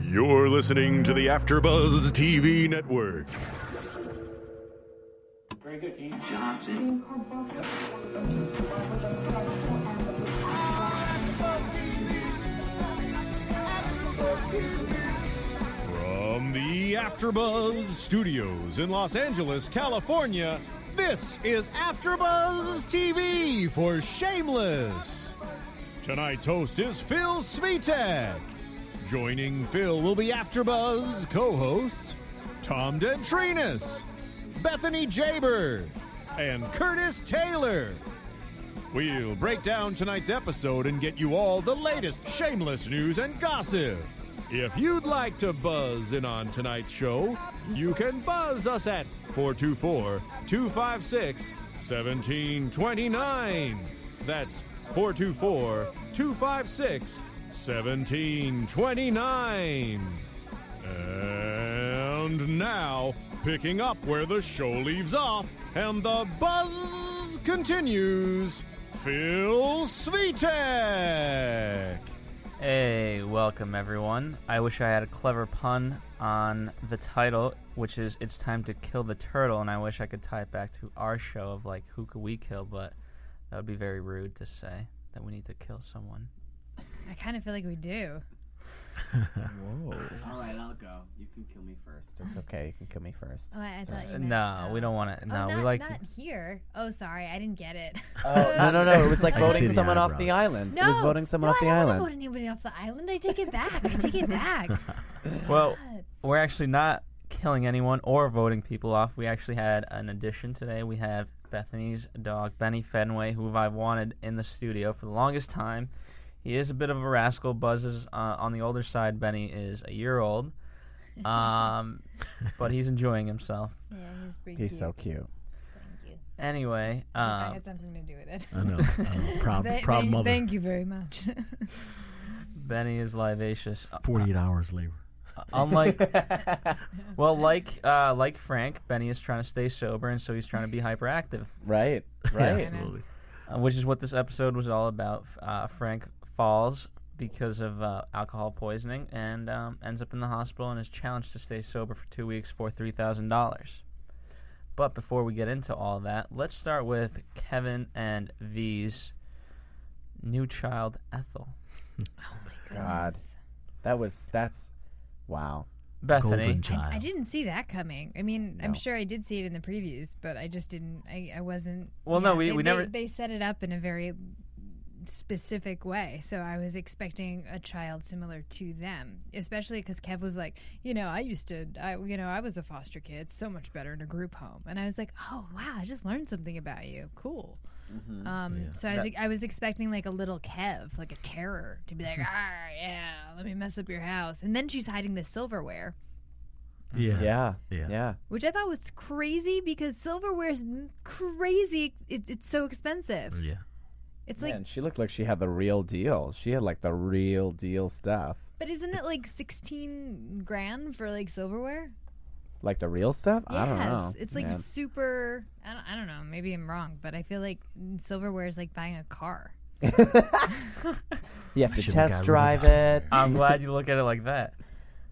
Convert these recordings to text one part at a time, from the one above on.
You're listening to the AfterBuzz TV network. From the AfterBuzz Studios in Los Angeles, California, this is AfterBuzz TV for Shameless. Tonight's host is Phil Svitek. Joining Phil will be AfterBuzz co-hosts Tom Dentrinas, Bethany Jaber, and Curtis Taylor. We'll break down tonight's episode and get you all the latest shameless news and gossip. If you'd like to buzz in on tonight's show, you can buzz us at 424 256 1729. That's 424 256 1729. And now, picking up where the show leaves off and the buzz continues, Phil Svitek. Hey, welcome everyone. I wish I had a clever pun on the title, which is It's Time to Kill the Turtle, and I wish I could tie it back to our show of like, who could we kill? But that would be very rude to say that we need to kill someone. I kind of feel like we do. All right, I'll go. You can kill me first. It's okay. You can kill me first. Oh, I, I thought you meant, No, we uh, don't want to. No, oh, not, we like. not here. Oh, sorry, I didn't get it. no, no, no. It was like I see voting the someone off the eyebrows. island. no, It was voting someone no, off the I don't wanna island. Vote anybody off the island? I take it back. I take it back. Well, we're actually not killing anyone or voting people off. We actually had an addition today. We have Bethany's dog, Benny Fenway, who I've wanted in the studio for the longest time. He is a bit of a rascal. Buzz is uh, on the older side. Benny is a year old. Um, but he's enjoying himself. yeah, he's pretty He's so cute. Anyway, I um, had something to do with it. I know. I'm a proud, Th- proud thank- mother. Thank you very much. Benny is vivacious. 48 hours later. uh, Unlike, well, like uh, like Frank, Benny is trying to stay sober, and so he's trying to be hyperactive. Right. Yeah, Right. absolutely. uh, which is what this episode was all about. F- Uh, Frank falls because of uh, alcohol poisoning and um, ends up in the hospital and is challenged to stay sober for two weeks for three thousand dollars. But before we get into all that, let's start with Kevin and V's new child Ethel. God. That was. That's. Wow. Bethany, Golden child. I didn't see that coming. I mean, I'm No. sure I did see it in the previews, but I just didn't. I, I wasn't. Well, no, yeah, we- they, we they- never- They set it up in a very specific way, so I was expecting a child similar to them, especially because Kev was like, you know, I used to, I, you know, I was a foster kid, It's so much better in a group home, and I was like, oh wow, I just learned something about you, cool. Mm-hmm. Um, So I was, I was expecting like a little Kev, like a terror, to be like, ah, yeah, let me mess up your house, and then she's hiding the silverware Yeah. Yeah. Yeah. Yeah. which I thought was crazy because silverware is m- crazy. It, it's so expensive. Yeah. It's like, Man, she looked like she had the real deal. She had like the real deal stuff. but isn't it like sixteen grand for like silverware? Like the real stuff? I don't yes, know. it's like man. super. I don't, I don't know. Maybe I'm wrong, but I feel like silverware is like buying a car. you have to Should've got rid test of drive this. it. I'm glad you look at it like that.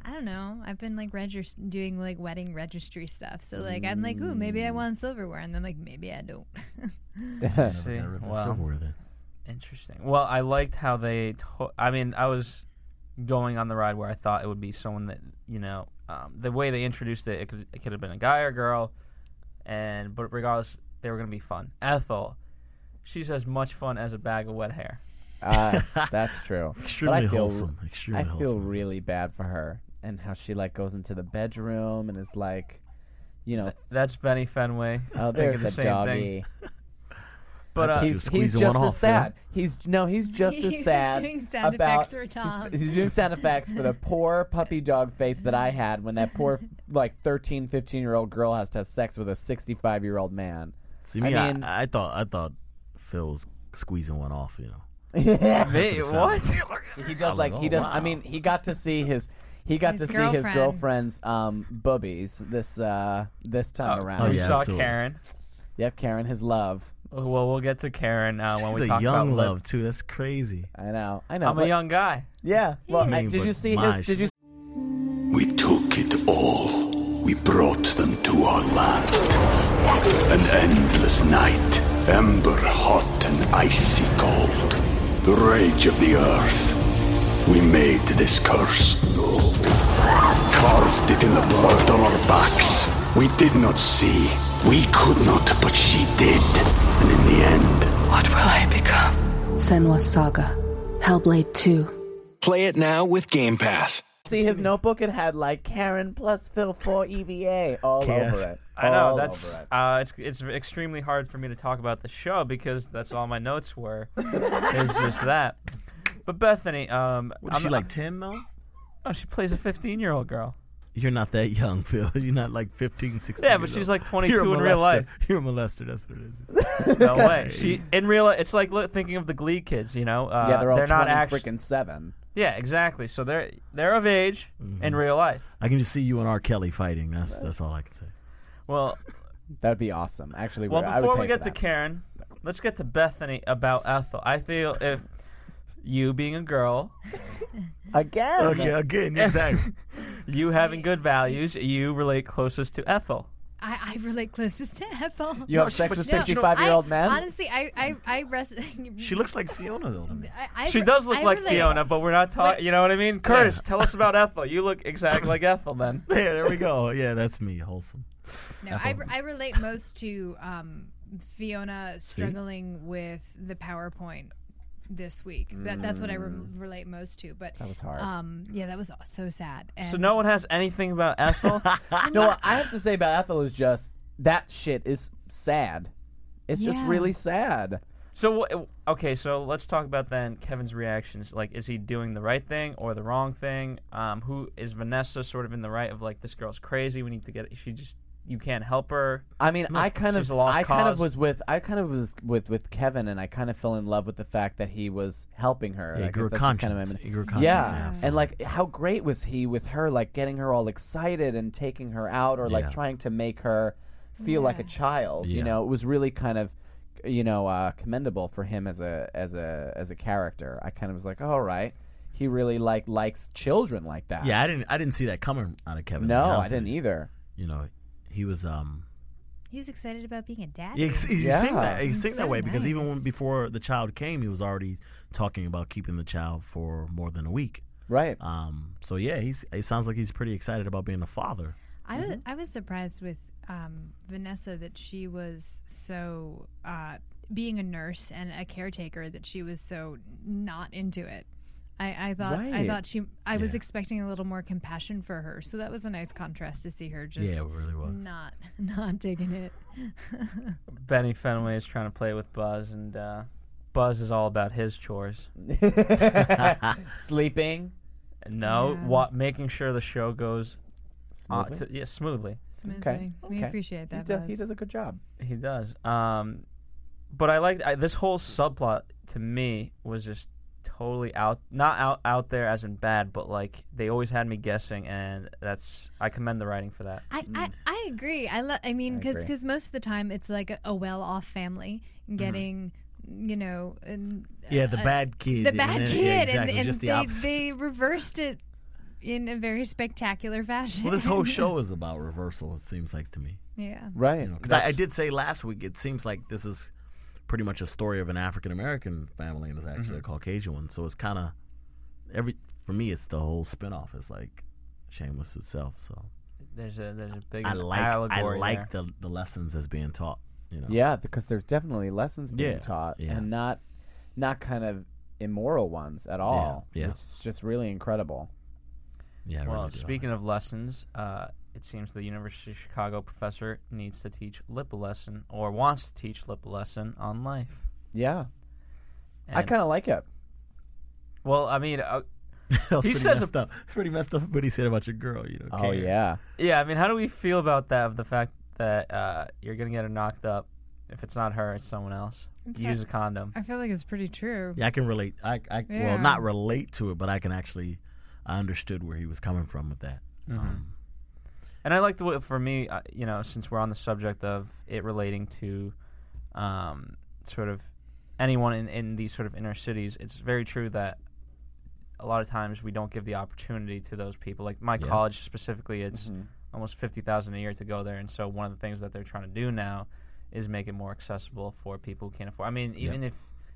I don't know. I've been like regis- doing like wedding registry stuff, so like I'm like, ooh, maybe I want silverware, and then like maybe I don't. See, Got rid of the wow. silverware then. Interesting. Well, I liked how they. To- I mean, I was going on the ride where I thought it would be someone that you know um, the way they introduced it, it could it could have been a guy or girl, and but regardless, they were going to be fun. Ethel, she's as much fun as a bag of wet hair. Uh, that's true. Extremely but I feel, wholesome, extremely I feel wholesome. really bad for her and how she like goes into the bedroom and is like, you know, That's Benny Fenway. Oh, Thinking there's the, same doggy. Thing. But uh, he's, he's just as sad. He's no, he's just as He's sad. doing sound about, effects for he's- Tom. He's, doing sound effects for the poor puppy dog face that I had when that poor like 13, 15 year old girl has to have sex with a 65 year old man. See me, I I, mean, I, thought I thought Phil was squeezing one off. You know. Me? That's what it sounded he does I'm like like, he oh, does. wow. I mean, he got to see his. He got to His see his girlfriend's um, boobies this uh, this time Oh, around. we saw Karen. Yep, Karen, his love. Oh, Well, we'll get to Karen uh, when we She's a talk young about love, too. That's crazy. I know. I know. I'm a but- young guy. Yeah. Well, I I- mean, did you but see my his? Did you? We took it all. We brought them to our land. An endless night, ember hot and icy cold. The rage of the earth. We made this curse. Carved it in the blood on our backs. We did not see. We could not, but she did. And in the end, What will I become? Senwa Saga. Hellblade 2. Play it now with Game Pass. See his notebook. It had like Karen plus Phil for EVA all over it. I know All that's over it. uh, it's it's extremely hard for me to talk about the show because that's all my notes were. it's just that. But Bethany, um, What, is she like 10 though? Oh, she plays a 15 year old girl. You're not that young, Phil. You're not like 15, 16. Yeah, but years she's old. like You're a 22 in real molester. life. You're a molester. That's what it is. No way. She in real life, it's like look, thinking of the Glee kids. You know, uh, yeah, they're all not 20 actually. freaking seven. Yeah, exactly. So they're they're of age in real life. Mm-hmm. I can just see you and R. Kelly fighting. That's that's all I can say. Well, that'd be awesome. Actually, Well, we- I would before we pay get for to that. Karen, let's get to Bethany about Ethel. I feel if you being a girl, again, Okay, again, exactly. you having good values, you relate closest to Ethel. I, I relate closest to Ethel. You have sex with No, 65-year-old I- men? Honestly, I I, I rest. She looks like Fiona though. To me. I, I she re- does look I like relate- Fiona, but we're not talking. You know what I mean? Curtis, tell us about Ethel. You look exactly like Ethel, then. Yeah, there we go. Yeah, that's me, wholesome. No, I, re- I relate most to um, Fiona struggling with the PowerPoint this week. That that's what I re- relate most to. But Mm. That was hard. Um, yeah, that was so sad. And So no one has anything about Ethel. no, what I have to say about Ethel is just that shit is sad. It's just Yeah. really sad. So wh- okay, so let's talk about then Kevin's reactions. Like, is he doing the right thing or the wrong thing? Um, who is Vanessa sort of in the right of like this girl's crazy? We need to get. She just you can't help her. I mean, No, I kind she's of, a lost I kind of cause. was with, I kind of was with with Kevin, and I kind of fell in love with the fact that he was helping her. Yeah, he I guess grew a that's just kind of conscience. my- He grew a conscience, yeah, yeah, and like how great was he with her, like getting her all excited and taking her out, or like Yeah. trying to make her feel like a child. You Yeah. know, it was really kind of, you know, uh, commendable for him as a as a as a character. I kind of was like, all right, he really like likes children like that. Yeah, I didn't I didn't see that coming out of Kevin. to be No, honest I didn't with you. either. You know, he was um he was excited about being a dad. He, ex- he sing that. He sing So that way because even nice. when, before the child came, he was already talking about keeping the child for more than a week. Right. Um. So yeah, he's. It sounds like he's pretty excited about being a father. I was Mm-hmm. I was surprised with um, Vanessa that she was so uh, being a nurse and a caretaker that she was so not into it. I, I thought I Right. thought she I was Yeah. expecting a little more compassion for her, so that was a nice contrast to see her just Yeah, it really was. not not digging it. Benny Fenway is trying to play with Buzz, and uh, Buzz is all about his chores. Sleeping. No, Yeah. wa- making sure the show goes on Smoothly? to- yeah, smoothly. Smoothly. We appreciate He that. does- he Buzz. does a good job. He does. Um, but I like I, this whole subplot to me was just totally out, not out out there as in bad, but like they always had me guessing, and that's I commend the writing for that. I, I, I agree. I lo- I mean, mm. I because agree. Mm-hmm. most of the time it's like a, a well-off family getting, you know, an, Yeah, the a- bad kid Uh, the and bad then- yeah, kid, and, exactly, and just the they, opposite. they reversed it in a very spectacular fashion. Well, this whole show is about reversal. It seems like to me. yeah, Right. You know, 'cause I, I did say last week it seems like this is pretty Mm-hmm. much a story of an African American family and it's actually a Caucasian one. So it's kind of every for me, it's the whole spinoff. It's like Shameless itself. So There's a there's a big I like I allegory like the the lessons that's being taught. You know. Yeah, because there's definitely lessons being Yeah, taught, yeah. and not not kind of immoral ones at all. yeah. It's just really incredible. Yeah. well, speaking of lessons, uh, it seems the University of Chicago professor needs to teach lip a lesson or wants to teach lip a lesson on life. Yeah. I kind of like it. Well, I mean, uh, That was he pretty says messed up. Pretty messed up what he said about your girl. You know. Oh, Karen. yeah. Yeah, I mean, how do we feel about that? Of the fact that uh, you're gonna get her knocked up if it's not her, it's someone else. It's Use a not- condom. I feel like it's pretty true. Yeah, I can relate. I, I Yeah. well, not relate to it, but I can actually, I understood where he was coming from with that. Uh-huh. Mhm. Um, And I like the way, for me, uh, you know, since we're on the subject of it relating to um, sort of anyone in, in these sort of inner cities, it's very true that a lot of times we don't give the opportunity to those people. Like my Yeah. college specifically, it's Mm-hmm. almost 50000 a year to go there. And so one of the things that they're trying to do now is make it more accessible for people who can't afford. I mean, Yeah. even if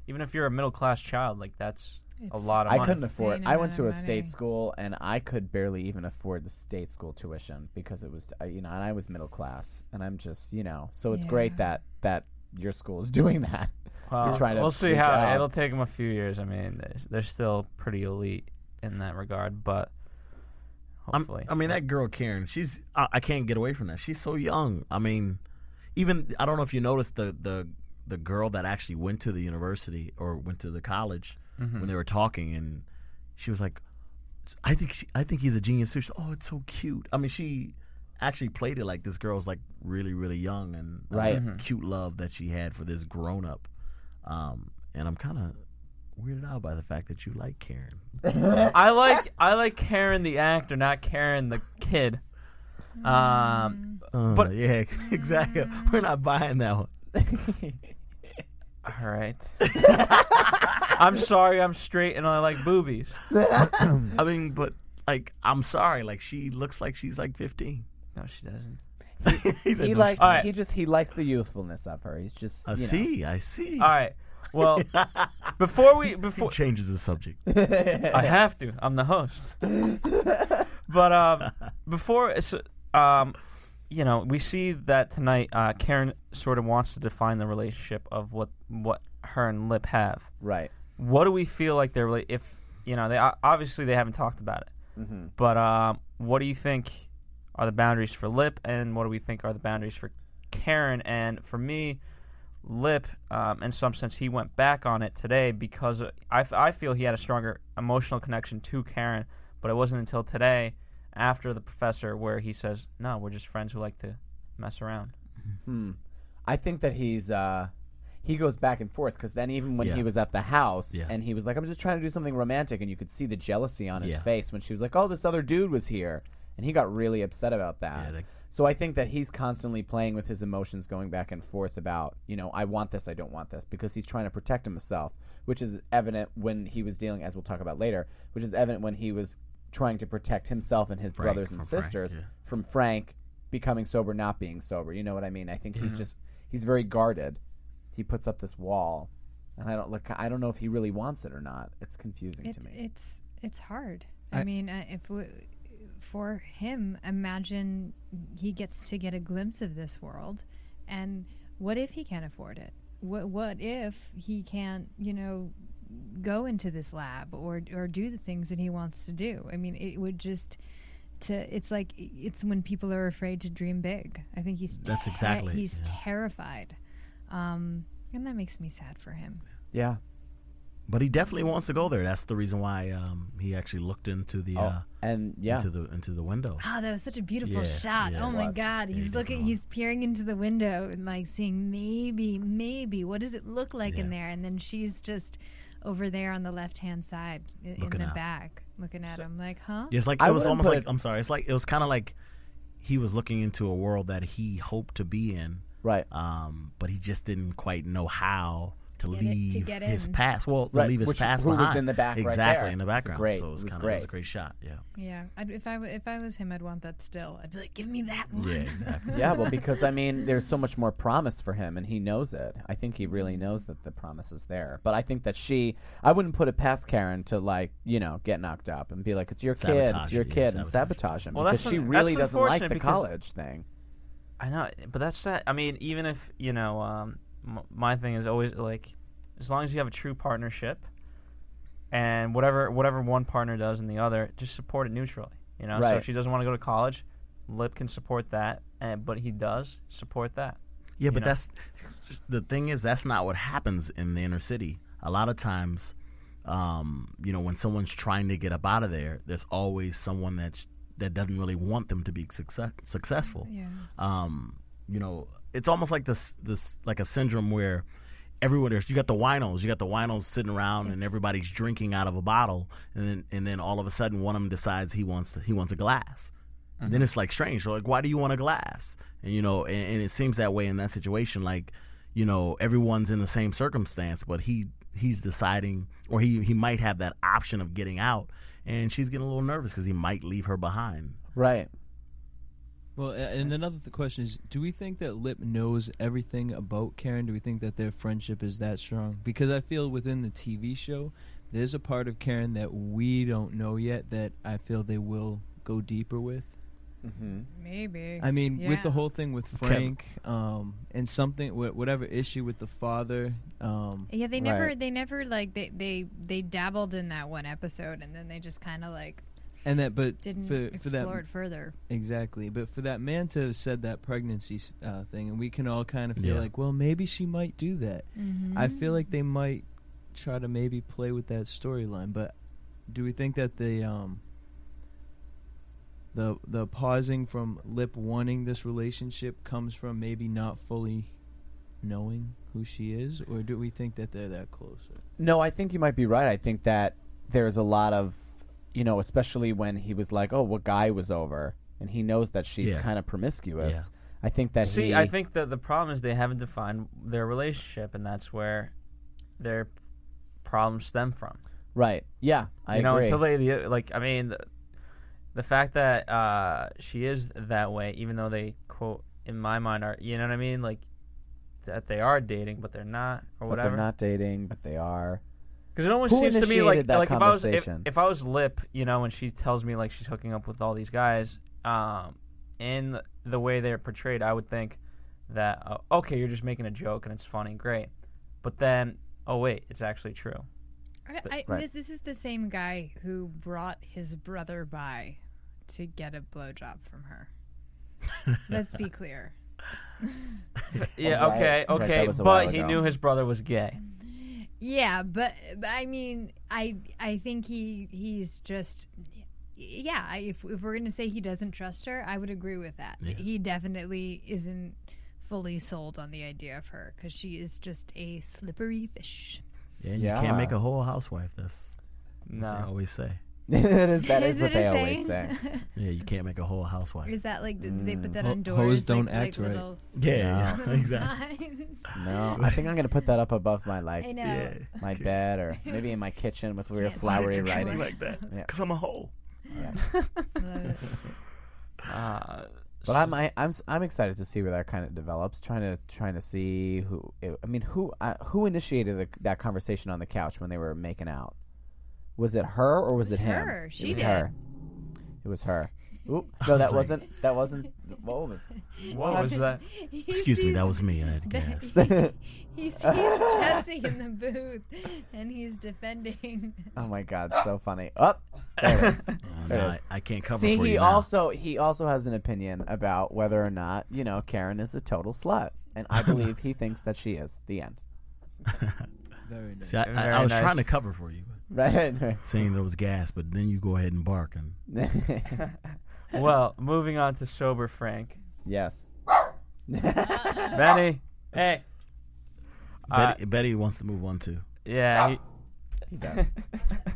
even if you're a middle class child, like that's a It's lot of I money. couldn't afford. Insane I went amount to a of money. state school, and I could barely even afford the state school tuition because it was, uh, you know, and I was middle class, and I'm just, you know, so it's great that that your school is doing that. Well, You're trying to we'll see reach how out. it'll take them a few years. I mean, they're, they're still pretty elite in that regard, but I'm- hopefully, I mean, that girl Karen, she's I, I can't get away from that. She's so young. I mean, even I don't know if you noticed the the the girl that actually went to the university or went to the college Mm-hmm. Mhm. when they were talking, and she was like, "I think she, I think he's a genius." too." She's, oh, it's so cute. I mean, she actually played it like this girl's like really really young and that Right. Mm-hmm. was cute love that she had for this grown up. Um, and I'm kind of weirded out by the fact that you like Karen. I like I like Karen the actor, not Karen the kid. Um, but Oh, yeah, exactly. We're not buying that one. all right. I'm sorry, I'm straight and I like boobies. I mean, but like, I'm sorry. Like, she looks like she's like 15. No, she doesn't. he He likes. He just he likes the youthfulness of her. He's just. Mm-hmm. I you know. see. I see. All right. Well, before we He before changes the subject. I have to. I'm the host. but um, before, it's, um, you know, we see that tonight. Uh, Karen sort of wants to define the relationship of what what her and Lip have. Right. What do we feel like they're rela- if you know they o- obviously they haven't talked about it. Mhm. But um, what do you think are the boundaries for Lip, and what do we think are the boundaries for Karen? And for me. Lip, um, in some sense, he went back on it today because uh, I, f- I feel he had a stronger emotional connection to Karen, but it wasn't until today, after the professor, where he says, "No, we're just friends who like to mess around." Hmm. I think that he's uh, he goes back and forth because then even when Yeah. he was at the house Yeah. and he was like, "I'm just trying to do something romantic," and you could see the jealousy on his Yeah. face when she was like, "Oh, this other dude was here," and he got really upset about that. Yeah, like- so I think that he's constantly playing with his emotions, going back and forth about, you know, I want this, I don't want this, because he's trying to protect himself, which is evident when he was dealing, as we'll talk about later, which is evident when he was trying to protect himself and his Frank, brothers and from Frank, sisters yeah. from Frank becoming sober, not being sober. You know what I mean? I think Mhm. he's just he's very guarded. He puts up this wall, and I don't look. I don't know if he really wants it or not. It's confusing It's to me. it's it's hard. I, I- mean, uh, if w for him, imagine he gets to get a glimpse of this world, and what if he can't afford it? What what if he can't, you know, go into this lab or or do the things that he wants to do? I mean, it would just to it's like it's when people are afraid to dream big. I think he's That's ter- exactly it, he's yeah. terrified, um, and that makes me sad for him. Yeah. But he definitely wants to go there. That's the reason why um, he actually looked into the Oh, uh, and yeah. into the into the window. Oh, that was such a beautiful Yeah, shot. yeah, oh it my was. God. Yeah, He's you did looking, he's peering into the window and like seeing maybe, maybe, what does it look like in Yeah. there? And then she's just over there on the left hand side i- in, in Looking the out. back looking at him like, huh? It's like it I was wouldn't almost put like it- I'm sorry. It's like it was kind of like he was looking into a world that he hoped to be in, uh, Right. um, but he just didn't quite know how to Get it- to leave get his in. past. Well, to Right, leave his which- past who was behind. in the back right exactly there. in the It's a background. great- so it was, it was kind of great. it was a great shot. Yeah. Yeah, I'd, if I w- if I was him, I'd want that still. I'd be like, give me that one. Yeah, exactly. yeah, well, because I mean, there's so much more promise for him, and he knows it. I think he really knows that the promise is there. But I think that she, I wouldn't put it past Karen to like, you know, get knocked up and be like, "It's your kid, Sabotage it's your it, yeah, kid," and sabotage him Well, because that's she un- really that's doesn't like unfortunate the because- college thing. I know, but that's that. I mean, even if you know, um, m- my thing is always like, as long as you have a true partnership, and whatever whatever one partner does and the other, just support it neutrally. You know, so Right. if she doesn't want to go to college, Lip can support that, and but he does support that. Yeah, you but know? that's the thing is that's not what happens in the inner city. A lot of times, um, you know, when someone's trying to get up out of there, there's always someone that's that doesn't really want them to be success, successful. Yeah. Um, you know, it's almost like this this like a syndrome where everywhere there's you got the winos, you got the winos sitting around and everybody's drinking out of a bottle, and then and then all of a sudden one of them decides he wants he wants a glass. Mm-hmm. Then it's like strange. They're like, why do you want a glass? And you know, and, and it seems that way in that situation. Like, you know, everyone's in the same circumstance, but he he's deciding, or he he might have that option of getting out, and she's getting a little nervous because he might leave her behind. Right. Well, a- and another th- question is: Do we think that Lip knows everything about Karen? Do we think that their friendship is that strong? Because I feel within the TV show, there's a part of Karen that we don't know yet that I feel they will go deeper with. Mm-hmm. Maybe. I mean, with the Yeah. whole thing with Okay. Frank um, and something, wh- whatever issue with the father. Um, Yeah, they never, they never like they they they dabbled in that one episode, and then they just kind of like and that, but didn't for, for explore that, it further. Exactly, but for that man to have said that pregnancy s- uh, thing, and we can all kind of feel Yeah. like, well, maybe she might do that. I Mhm. feel like they might try to maybe play with that storyline, but do we think that the um the the pausing from Lip wanting this relationship comes from maybe not fully knowing who she is, or do we think that they're that closer? No, I think you might be right. I think that there's a lot of, you know, especially when he was like, "Oh, what guy was over," and he knows that she's Yeah. kind of promiscuous. I think that See, he, I think that the problem is they haven't defined their relationship, and that's where their problems stem from. right. Yeah, I you know, agree. until they the- like, I mean, the, the fact that uh, she is that way, even though they quote in my mind are, you know what I mean, like that they are dating, but they're not, but or they're whatever. not dating, but they are. Because it almost Who seems to me like initiated that like if I was if, conversation? if I was Lip, you know, and she tells me like she's hooking up with all these guys, um, in the way they're portrayed, I would think that uh, okay, you're just making a joke and it's funny, great, but then oh wait, it's actually true. I, But- I, Right. this, this is the same guy who brought his brother by to get a blowjob from her. Let's be clear. Yeah, Right, okay, right, that okay, was a while but he ago. knew his brother was gay. Yeah, but, but I mean, I I think he he's just yeah. I- If if we're gonna say he doesn't trust her, I would agree with that. Yeah. He definitely isn't fully sold on the idea of her because she is just a slippery fish. Yeah, you can't make Yeah. a whole housewife. That's what No. they always say. that is, that Is is what it they a always say. Mm. saying? yeah, you can't make a whole housewife. Is that like did they put that Ho- on doors? hoes don't like, act like right. Little, Yeah, little exactly. signs? No, I think I'm gonna put that up above my like I know. Yeah. my bed or maybe in my kitchen with weird Can't Why flowery did you treat me writing like that? Yeah. 'Cause I'm a hoe. Uh, But I'm I, I'm s- I'm excited to see where that kind of develops. Trying to trying to see who I mean who uh, who initiated the, that conversation on the couch when they were making out. Was it her or was it, him? her. She it was did. Her. It was her. Oop, no, that wasn't. That wasn't. What was? What was that? He Excuse me, that sees- was me. I had gas. He sees Jesse in the booth, and he's defending. Oh my god, so funny. Up. there it is. There no, it is. Oh, I- I can't cover See, for he you now. also he also has an opinion about whether or not you know Karen is a total slut, and I believe he thinks that she is. The end. Very nice. See, I, I, I was trying to cover for you, Right, right. saying there was gas, but then you go ahead and bark and. well, moving on to sober Frank. Yes. Oh. Benny, hey. Uh, Betty, Betty wants to move on too. Yeah. He, he does.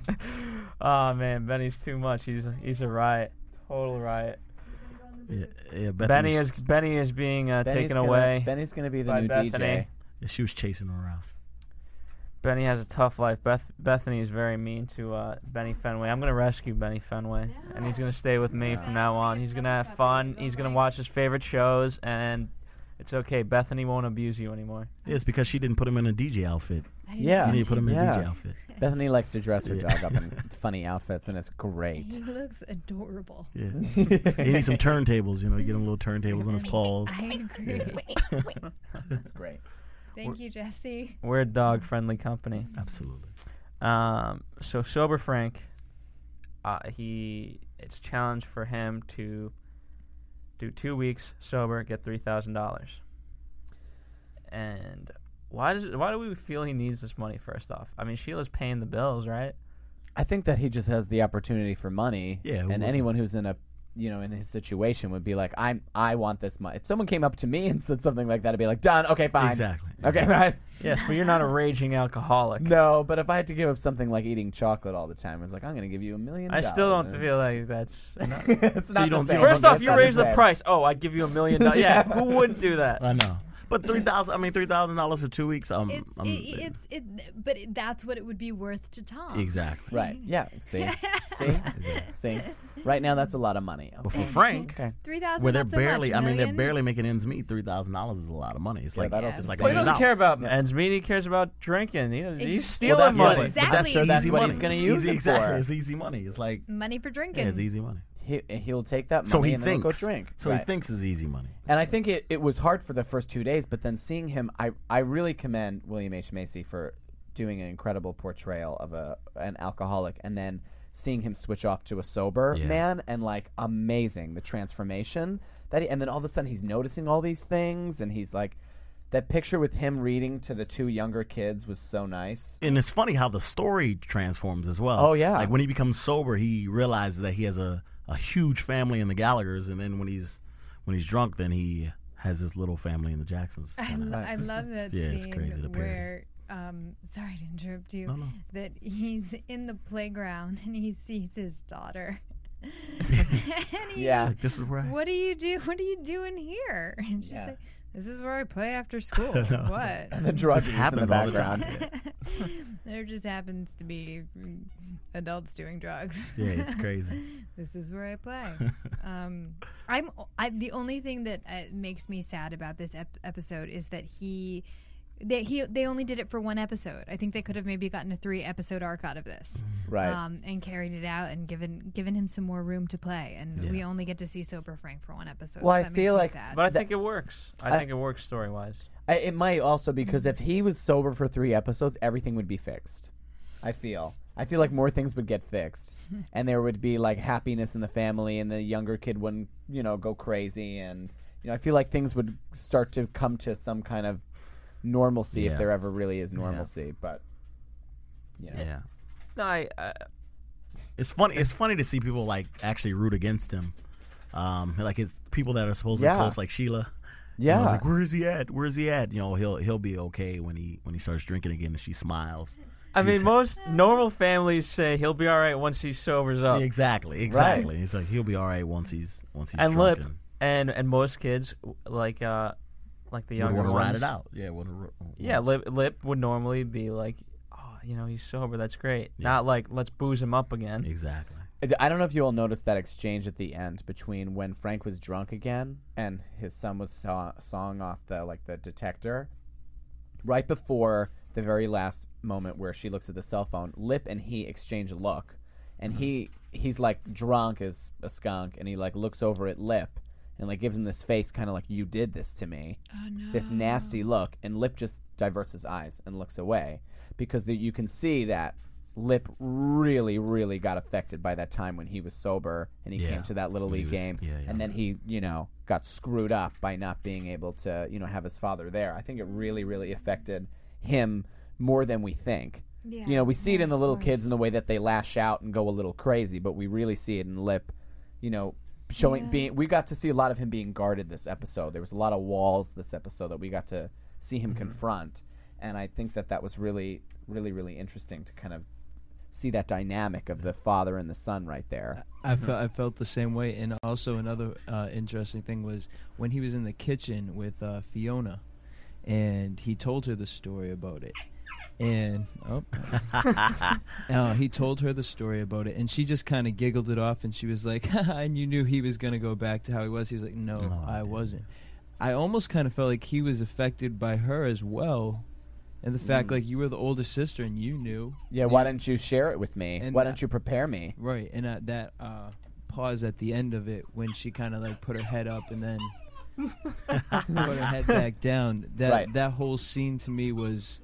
oh man, Benny's too much. He's he's a riot, total riot. Yeah, yeah, Benny is Benny is being uh, Benny's taken gonna- away. Benny's gonna be the by new Bethany. DJ. Yeah, she was chasing him around. Benny has a tough life. Beth Bethany is very mean to uh, Benny Fenway. I'm gonna rescue Benny Fenway, and he's gonna stay with me from now on. He's gonna have fun. He's gonna watch his favorite shows, and it's okay. Bethany won't abuse you anymore. It's because she didn't put him in a DJ outfit. Yeah, You need to put him in yeah. a DJ outfit. Bethany likes to dress her Yeah. dog up in funny outfits, and it's great. He looks adorable. Yeah. he needs some turntables, you know, get him little turntables on his paws. I agree. That's great. Thank you, Jesse. We're a dog friendly company. Mm-hmm. Absolutely. Um, so sober Frank, uh, he it's a challenge for him to do two weeks sober, get three thousand dollars. And why does why do we feel he needs this money? First off, I mean Sheila's paying the bills, right? I think that he just has the opportunity for money. Yeah, and who anyone who's in a you know in his situation would be like, I'm I want this money. If someone came up to me and said something like that, I'd be like, done. Okay, fine. Exactly. Okay, fine. Yes, but you're not a raging alcoholic. No, but if I had to give up something like eating chocolate all the time, it's like I'm going to give you a million. I still dollars. don't feel like that's. It's not You the don't- you same. don't First think off, it's you not the raise the same. price. Oh, I'd give you a million dollars. Yeah, who wouldn't do that? I know. But three thousand, I mean three thousand dollars for two weeks. Um, It's I'm, it, it's it, but it, that's what it would be worth to Tom. exactly Right. Yeah. See. See. See. Right now, that's a lot of money. But for Frank, $3,000 where they're not so barely, much, I mean, they're million? barely making ends meet. Three thousand dollars is a lot of money. It's Yeah, like that'll it's like sustain He doesn't $1,000. care about ends meet. He cares about drinking. He, he's Ex- stealing Well, that's money. what- but that's- Exactly. so that's easy what he's money. gonna It's use easy, it exactly. for. It's easy money. It's like Money for yeah, drinking. it's easy money. He he'll take that money So he and then he'll go thinks. drink. So he Right. thinks it's easy money. And I think it, it was hard for the first two days, but then seeing him, I, I really commend William H. Macy for doing an incredible portrayal of a an alcoholic and then seeing him switch off to a sober Yeah. man and like amazing the transformation that he, and then all of a sudden he's noticing all these things and he's like that picture with him reading to the two younger kids was so nice. And it's funny how the story transforms as well. Oh, yeah. like when he becomes sober, he realizes that he has a, a huge family in the Gallaghers, and then when he's when he's drunk, then he has his little family in the Jacksons. I, Kinda- lo- I love that Yeah, scene it's crazy, the parody. where. Um, sorry to interrupt you. That he's in the playground and he sees his daughter. and he Yeah. goes, Like, this is where I- What do you do? What are you doing here? And she's Yeah. like, "This is where I play after school. know. what?" And the druggies This in the happens all the time. background. there just happens to be mm, adults doing drugs. Yeah, it's crazy. this is where I play. um, I'm I, the only thing that uh, makes me sad about this ep- episode is that he. They, he, they only did it for one episode. I think they could have maybe gotten a three episode arc out of this, Right. Um, and carried it out and given given him some more room to play. And we only get to see sober Frank for one episode. Well, so I that feel makes me like sad. But I think it works. I, I- think it works story wise. I, it might also because if he was sober for three episodes, everything would be fixed. I feel. I feel like more things would get fixed, and there would be like happiness in the family, and the younger kid wouldn't, you know, go crazy, and you know, I feel like things would start to come to some kind of normalcy Yeah. if there ever really is normalcy. But yeah. No, I, uh, I It's funny. It's funny to see people like actually root against him. Um, like it's people that are supposedly Yeah. close, like Sheila. You know, Yeah. it's like where is he at? Where is he at? You know, he'll he'll be okay when he when he starts drinking again, and she smiles. I She mean, said- most normal families say he'll be all right once he sobers up. exactly, exactly. It's like he'll be all right once he's once he's And drunk lip, and and most kids w- like uh like the and would younger want to ones. ride it out. Yeah, would Yeah, lip lip would normally be like, oh, you know, he's sober. That's great. Not like let's booze him up again. Exactly. I- I don't know if you all noticed that exchange at the end between when Frank was drunk again and his son was saw- sawing off the like the detector, right before the very last moment where she looks at the cell phone. Lip and he exchange a look, and he he's like drunk as a skunk, and he like looks over at Lip and like gives him this face, kind of like you did this to me, this nasty look, and Lip just diverts his eyes and looks away because the, you can see that Lip really, really got affected by that time when he was sober and he Yeah. came to that little When he league was- game, yeah, yeah. and then he, you know, got screwed up by not being able to, you know, have his father there. I think it really, really affected him more than we think. Yeah. You know, we see it in the little kids in the way that they lash out and go a little crazy, but we really see it in Lip, you know, showing being. We got to see a lot of him being guarded this episode. There was a lot of walls this episode that we got to see him Mm-hmm. confront, and I think that that was really, really, really interesting to kind of see that dynamic of the father and the son right there. Uh, I felt I felt the same way, and also another uh, interesting thing was when he was in the kitchen with uh, Fiona, and he told her the story about it, And oh, Uh, he told her the story about it, and she just kind of giggled it off, and she was like, "And you knew he was going to go back to how he was." He was like, "No, I wasn't." I almost kind of felt like he was affected by her as well, and the fact Mm. like you were the oldest sister and you knew. Yeah, why didn't you share it with me? And why I- uh, don't you prepare me? Right, and uh, that uh, pause at the end of it when she kind of like put her head up and then put her head back down. That Right. that whole scene to me was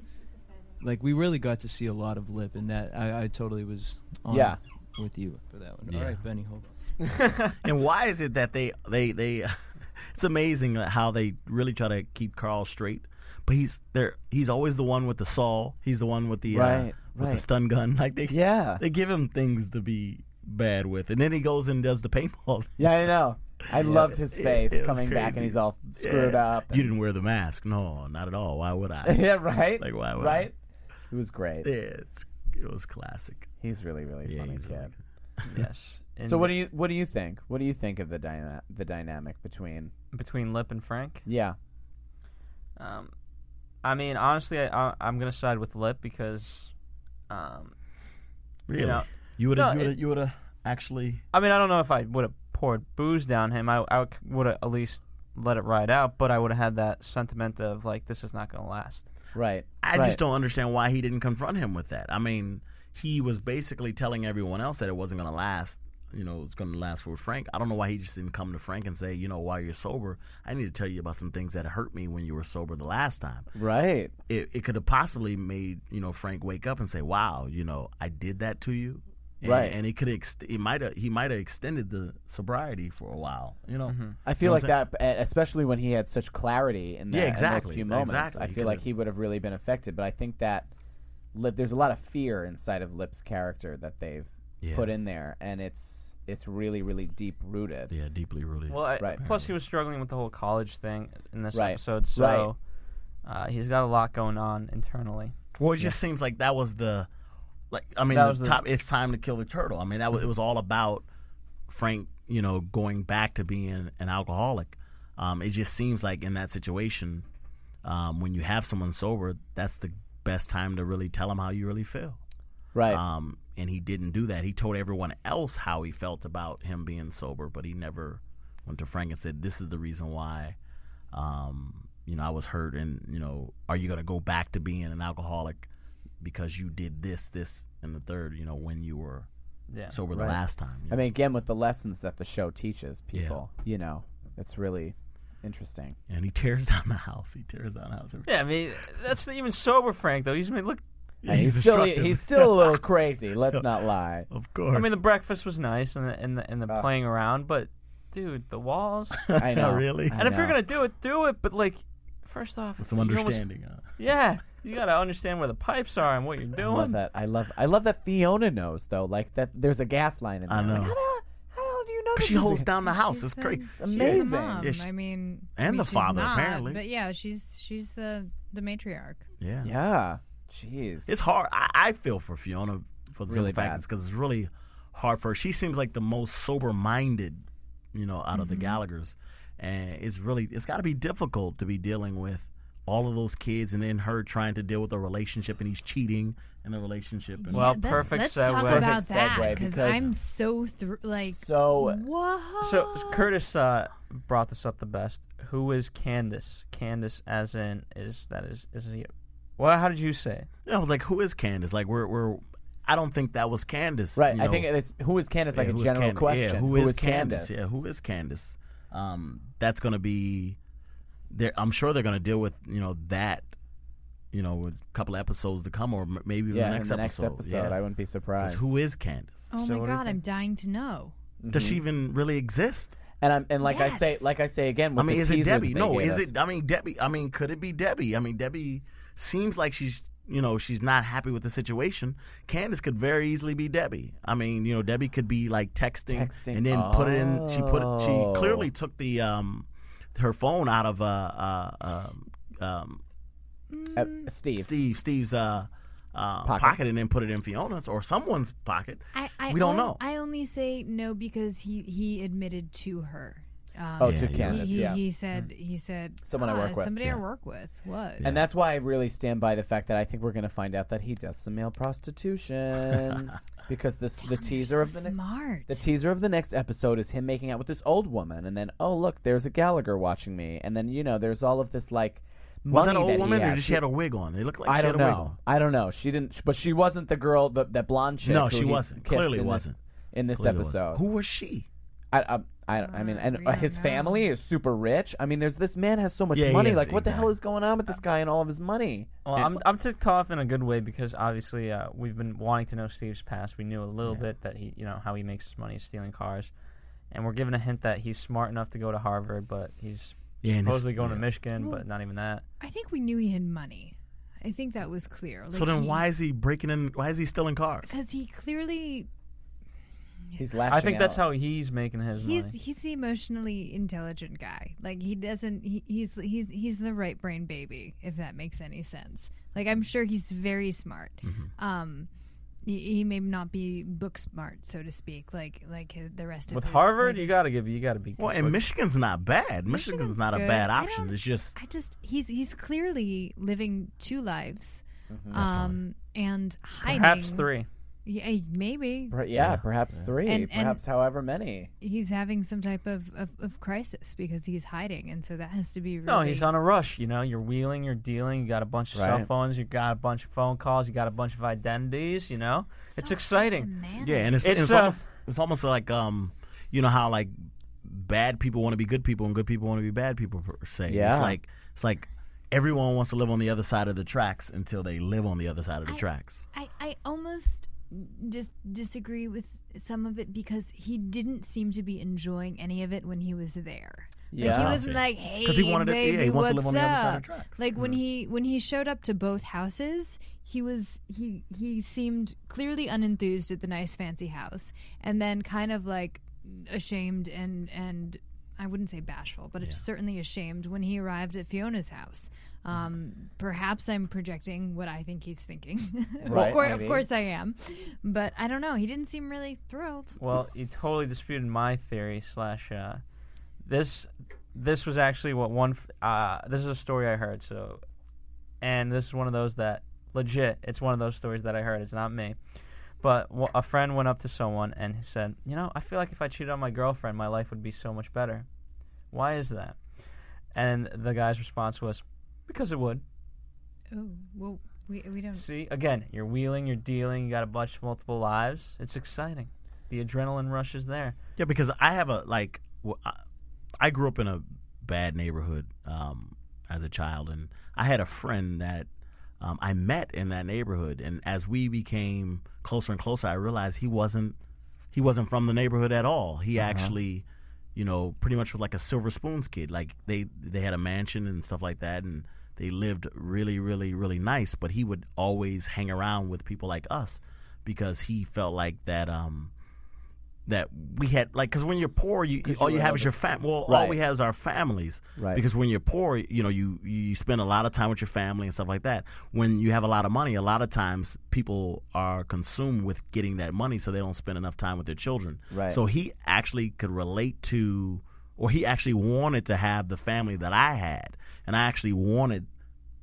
like we really got to see a lot of lip, and that I, I totally was on Yeah. with you for that one. Yeah. All right, Benny, hold on. and why is it that they they they? It's amazing how they really try to keep Carl straight, but he's there. He's always the one with the saw. He's the one with the Right, uh, with right. the stun gun. Like they yeah they give him things to be bad with, and then he goes and does the paintball. Yeah, I know. I loved his It- face it was coming back, and crazy. he's all screwed Yeah. up. You didn't wear the mask. No, not at all. Why would I? yeah, right. Like why would I? right? It was great. Yeah, it's, it was classic. He's really, really funny kid. Yes. so And- what do you what do you think? What do you think of the dyna- the dynamic between between Lip and Frank? Yeah, Um, I mean, honestly, I, I, I'm gonna side with Lip because, um, Really? you know, You would No, have you it- would you would have actually I mean, I don't know if I would have poured booze down him. I, I would have at least let it ride out, but I would have had that sentiment of like, this is not gonna last. Right. I just don't understand why he didn't confront him with that. I mean, he was basically telling everyone else that it wasn't going to last. You know, it's going to last for Frank. I don't know why he just didn't come to Frank and say, you know, while you're sober, I need to tell you about some things that hurt me when you were sober the last time. Right. It, it could have possibly made you know Frank wake up and say, wow, you know, I did that to you. And, Right. And it could ex- it might have he might have extended the sobriety for a while. You know. Mm-hmm. I feel You know what I'm like that, e- especially when he had such clarity in, that, Yeah, in exactly, those few moments. exactly. I He feel like could've- he would have really been affected, but I think that Lip, there's a lot of fear inside of Lip's character that they've Yeah. put in there, and it's it's really, really deep rooted. Yeah, deeply rooted. Well, I, right. plus he was struggling with the whole college thing in this Right. episode, so uh, he's got a lot going on internally. Well, it just seems like that was the, like I mean, That the was the- top. It's time to kill the turtle. I mean, that was it was all about Frank, you know, going back to being an alcoholic. Um, it just seems like in that situation, um, when you have someone sober, that's the best time to really tell them how you really feel. Right. Um, and he didn't do that. He told everyone else how he felt about him being sober, but he never went to Frank and said, "This is the reason why." Um, you know, I was hurt, and you know, are you going to go back to being an alcoholic because you did this, this, and the third? You know, when you were sober the Right. last time. you I know? mean, again, with the lessons that the show teaches Yeah. people, you know, it's really interesting. And he tears down the house. He tears down the house. Yeah, I mean, that's even sober Frank though. He's I mean, look. And he's, still he's still a little crazy. Let's not lie. Of I mean, the breakfast was nice and the and the, and the Ah. playing around, but dude, the walls. I know. Really? I And if you're know. gonna do it, do it. But like, first off, With some you almost- understanding, huh? yeah, you gotta understand where the pipes are and what you're I love doing. that. I love I love that Fiona knows though. Like that, there's a gas line in there. I know. Like, how the- you know But that she this holds is- down the house. It's the- crazy. she's It's the amazing. mom. Yeah, she- I mean, I and mean, the she's father, not, apparently. But yeah, she's she's the the matriarch. Yeah. Yeah. Jeez. It's hard. I, I feel for Fiona for the Really simple bad. fact because it's really hard for her. She seems like the most sober-minded, you know, out of the Gallagher's, and it's really it's got to be difficult to be dealing with all of those kids and then her trying to deal with a relationship and he's cheating in the relationship. And Well, Yeah, that's- perfect Let's talk segue. about Perfect that segue, because because- I'm so thr- like so what? So Curtis uh, brought this up the best. Who is Candace? Candace, as in, is that is is he? Well, how did you say? it? I was like, who is Candace? Like we're we're. I don't think that was Candace. Right, you I know. think it's- who is Candace, like a who is general Candace? question. Yeah, who Who is, is Candace? Candace? Yeah, who is Candace? Um, that's going to be. they're- I'm sure they're going to deal with you know that, you know, with a couple episodes to come, or m- maybe Yeah, the in next the next episode. episode, I wouldn't be 'Cause surprised. Who is Candace? Oh So what my do you god, I'm dying to know. Does she even really exist? Mm-hmm. And I'm and like I say Yes. like I say again. With I mean, the is it teaser that Debbie? they No, gave is us- it? I mean, Debbie. I mean, could it be Debbie? I mean, Debbie seems like she's you know she's not happy with the situation. Candace could very easily be Debbie. I mean, you know, Debbie could be like texting, Texting. and then put it in. She put it. Oh. She clearly took the um her phone out of uh uh um, um Uh, Steve Steve Steve's uh. Uh, Pocket. pocket. and then put it in Fiona's or someone's pocket. I, I we don't on- know. I only say no because he he admitted to her. Um, Oh, two he- candidates, He, yeah. he said. Mm-hmm. He said. Someone I "Ah, work with." Somebody I Yeah. work with. What? And that's why I really stand by the fact that I think we're going to find out that he does some male prostitution because this the teaser of the next, smart. the teaser of the next episode is him making out with this old woman and then oh look there's a Gallagher watching me and then you know there's all of this like Was that money an old he woman, or had. did she had a wig on? It looked like I she don't had a wig know I don't know she didn't but she wasn't the girl the, that blonde chick No, who she he's wasn't. kissed Clearly in this- wasn't. in this Clearly wasn't. episode Who was she? I, I, I, I Uh, mean, and uh, his family is super rich. I mean, there's this man has so much Yeah, he money. is, Like, what the hell is going on with this guy and all of his money? Well, I'm I'm ticked off in a good way because obviously uh, we've been wanting to know Steve's past. We knew a little bit that he, you know, how he makes his money is stealing cars, and we're given a hint that he's smart enough to go to Harvard, but he's Yeah, and his- supposedly going to yeah. Michigan, Well, but not even that. I think we knew he had money. I think that was clear. So then, why is he breaking in? Why is he stealing cars? Because he clearly He's I think uh, that's how he's making his he's money. he's the emotionally intelligent guy. Like he doesn't. He, he's he's he's the right brain baby. If that makes any sense. Like I'm sure he's very smart. Um, he, he may not be book smart, so to speak. Like like his, the rest of With his, Harvard, like you his- got to give you got to be. Well, good and looking. Michigan's not bad. Michigan's, not a good. bad I option. It's just I just he's he's clearly living two lives, um, and hiding Perhaps three. Yeah, eh, maybe. Per- yeah, perhaps three, And- and- perhaps however many. He's having some type of, of, of crisis because he's hiding, and so that has to be. Really No, he's on a rush. You know, you're wheeling, you're dealing. You got a bunch of cell Right. phones. You got a bunch of phone calls. You got a bunch of identities. You know, it's exciting. yeah, and it's it's, uh, almost it's almost like um, you know how like bad people want to be good people and good people want to be bad people per se. Yeah. it's like it's like everyone wants to live on the other side of the tracks until they live on the other side of the tracks. I, I almost just disagree with some of it because he didn't seem to be enjoying any of it when he was there. like he Yeah. wasn't like, Okay. hey, 'Cause he wanted to- yeah, baby, he wants what's to live on the other side of up? Like when he when he showed up to both houses, he was he he seemed clearly unenthused at the nice fancy house, and then kind of like ashamed and and I wouldn't say bashful, but certainly ashamed when he arrived at Fiona's house. Mm-hmm. Um, perhaps I'm projecting what I think he's thinking. Right, of, course, of maybe. course I am, but I don't know. He didn't seem really thrilled. Well, you totally disputed my theory. Slash, uh, this this was actually what one. f- Uh, this is a story I heard. So, and this is one of those that legit. It's one of those stories that I heard. It's not me. But wh- a friend went up to someone and he said, "You know, I feel like if I cheated on my girlfriend, my life would be so much better. Why is that?" And the guy's response was, "Because it would." Oh well, we we don't. See, again, you're wheeling, you're dealing, you got a bunch of multiple lives. It's exciting. The adrenaline rush is there. Yeah, because I have a like, w- I- I grew up in a bad neighborhood um, as a child, and I had a friend that um, I met in that neighborhood, and as we became closer and closer, I realized he wasn't he wasn't from the neighborhood at all. He Uh-huh. actually, you know, pretty much was like a Silver Spoons kid. Like they they had a mansion and stuff like that, and they lived really, really, really nice. But he would always hang around with people like us because he felt like that. um that we had like because when you're poor you, 'Cause all you you were have able is your to- family well all Right. we have is our families Right. because when you're poor you know you you spend a lot of time with your family and stuff like that when you have a lot of money a lot of times people are consumed with getting that money so they don't spend enough time with their children Right. so he actually could relate to or he actually wanted to have the family that I had and I actually wanted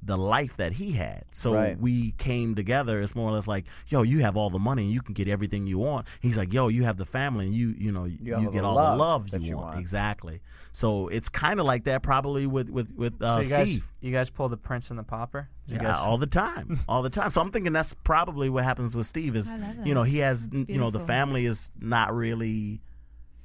the life that he had. So Right. we came together. It's more or less like, yo, you have all the money and you can get everything you want. He's like, yo, you have the family and you, you know, you, have all get the all love the love that you, you want. want. Exactly. So it's kind of like that probably with with with uh, so you guys, Steve. you guys pull the Prince and the Popper. You Yeah, guys- all the time, all the time. So I'm thinking that's probably what happens with Steve. Is I love that. you know he has That's n- you know the beautiful. family is not really,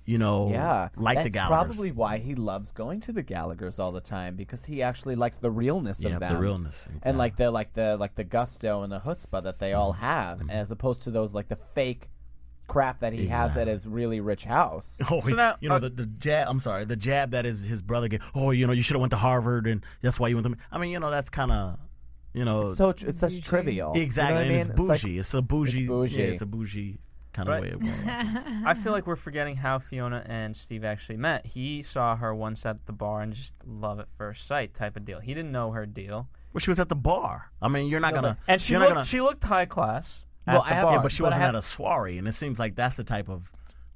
you know, yeah, like that's the Gallagher's. probably why he loves going to the Gallagher's all the time because he actually likes the realness Yeah, of the them, realness, and like the like the like the gusto and the chutzpah that they Mm-hmm. all have, as opposed to those like the fake crap that he has at his really rich house. Oh, he- you know uh, uh, the, the jab. I'm sorry, the jab that is his brother gave. Oh, you know, you should have went to Harvard, and that's why you went to. I mean, you know, that's kind of, you know, It's so tr- it's such trivial. You know Exactly, what I and it's mean? It's like- bougie. It's, a bougie. It's bougie. Yeah, it's a bougie kind of Right. way. Of going. I Uh-huh. feel like we're forgetting how Fiona and Steve actually met. He saw her once at the bar and just love at first sight type of deal. He didn't know her deal. Well, she was at the bar. I mean, you're not No, gonna. but- and she you're not looked- gonna- she looked high class Well, at the I have- bar. Yeah, but she but I wasn't have- at a soiree, and it seems like that's the type of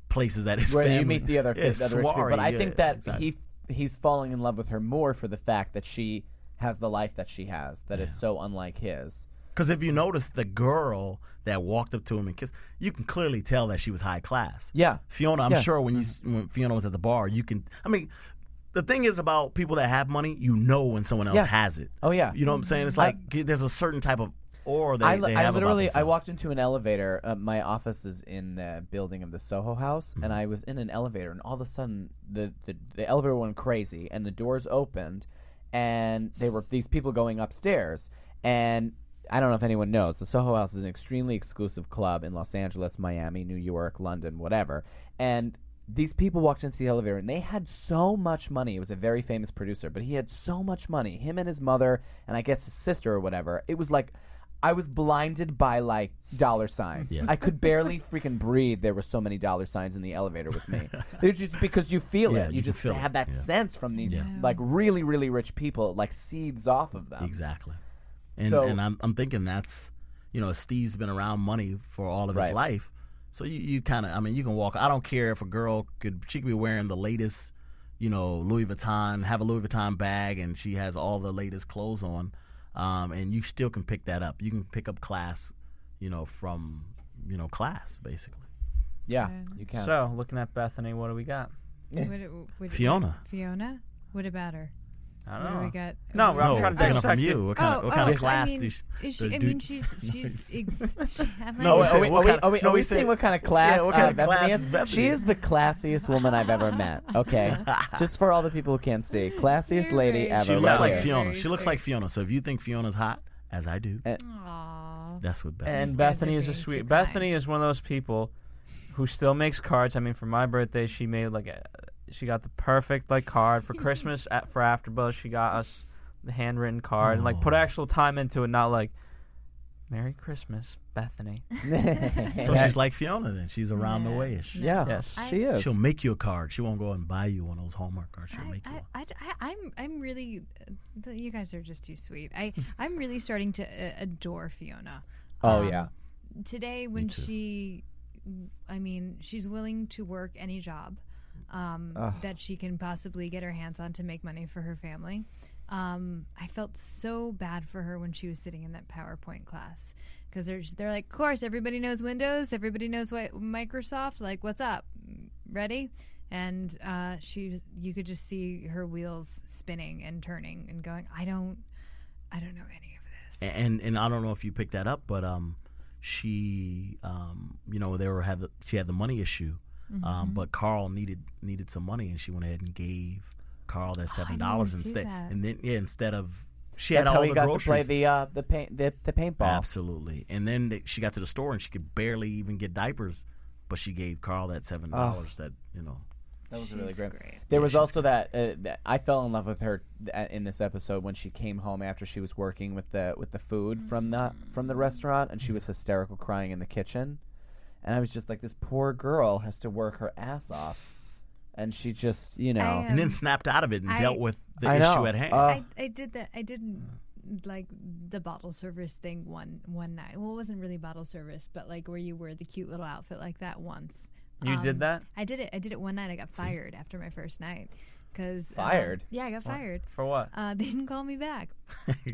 places that his where family you meet the other, yeah, the other rich people. But Saguaro, I yeah, think that exactly. he he's falling in love with her more for the fact that she has the life that she has that is so unlike his. Because if you notice, the girl that walked up to him and kissed, you can clearly tell that she was high class. Yeah. Fiona, I'm Yeah. Mm-hmm. sure when you s- when Fiona was at the bar, you can. I mean, the thing is about people that have money, you know when someone else Yeah. has it. Oh, yeah. You know what I'm saying? It's I- like g- there's a certain type of aura they, I, li- they I have literally about I walked into an elevator. Uh, my office is in the building of the Soho House, Mm-hmm. and I was in an elevator, and all of a sudden the, the the elevator went crazy, and the doors opened, and they were these people going upstairs, and I don't know if anyone knows the Soho House is an extremely exclusive club in Los Angeles, Miami, New York, London, whatever, and. These people walked into the elevator and they had so much money. It was a very famous producer, but he had so much money. Him and his mother, and I guess his sister or whatever. It was like I was blinded by like dollar signs. I could barely freaking breathe. There were so many dollar signs in the elevator with me. They're just because you feel Yeah, it. You, you can just feel it. have that Yeah. sense from these Yeah. like really really rich people like seeds off of them. Exactly. And, Um, So- and I'm, I'm thinking that's, you know, Steve's been around money for all of Right. his life. So you, you kind of, I mean, you can walk. I don't care if a girl could, she could be wearing the latest, you know, Louis Vuitton, have a Louis Vuitton bag, and she has all the latest clothes on. Um, and you still can pick that up. You can pick up class, you know, from, you know, class, basically. Yeah, Yeah. you So, looking at Bethany, what do we got? What- what- what- Fiona. Fiona? What about her? I What don't do know. we got? No, Oh, I'm No, trying to picking up dissect from it. you. What kind of, what oh, kind I of class mean, do she, is the she, I dude- mean, she's she's. Ex- she- I'm No, like- wait, are we, what are we, kind of- are we, no, are we we said- seeing what kind of class, Yeah, what uh, kind of Bethany class is? is Bethany? She is the classiest woman I've ever met. Okay, just for all the people who can't see, classiest lady ever. She looks right like here. Fiona. She looks like Fiona. So if you think Fiona's hot, as I do, Eh. that's what Bethany. And Bethany is a sweet. Bethany is one of those people who still makes cards. I mean, for my birthday, she made like a, she got the perfect like card for Christmas at for AfterBuzz. She got us the handwritten card and like put actual time into it, not like Merry Christmas, Bethany. so she's like Fiona. Then she's around the wayish. Yeah, Yes. she is. She'll make you a card. She won't go and buy you one of those Hallmark cards. She'll make you. I, I, I, am I'm really. th- You guys are just too sweet. I, I'm really starting to uh, adore Fiona. Oh yeah. Today, when she, I mean, she's willing to work any job um, Ugh. that she can possibly get her hands on to make money for her family. Um, I felt so bad for her when she was sitting in that PowerPoint class because they're they're like, of course, everybody knows Windows, everybody knows what Microsoft. Like, what's up? Ready? And uh, she, was- you could just see her wheels spinning and turning and going. I don't, I don't know any of this. A- And and I don't know if you picked that up, but um, she um, you know, they were had the, she had the money issue, um, Mhm. but Carl needed needed some money, and she went ahead and gave Carl that Oh, I seven didn't dollars see instead, that. and then yeah, instead of she That's had all how the he got groceries. to play the uh, the paint the, the paintball. Absolutely. And then they, she got to the store and she could barely even get diapers, but she gave Carl that seven dollars. That you know. That was She's really great. great. There was also that, uh, that I fell in love with her th- uh, in this episode when she came home after she was working with the with the food from the Mm-hmm. from the restaurant, and she was hysterical crying in the kitchen, and I was just like, this poor girl has to work her ass off, and she just you know, I, And then um, snapped out of it and I- dealt with the I know. issue at hand. Uh, I, I did that. I did like the bottle service thing one one night. Well, it wasn't really bottle service, but like where you wear the cute little outfit like that once. Um, You did that? I did it. I did it one night. I got fired after my first night. Cause um, Fired? yeah, I got fired. For what? Uh, they didn't call me back.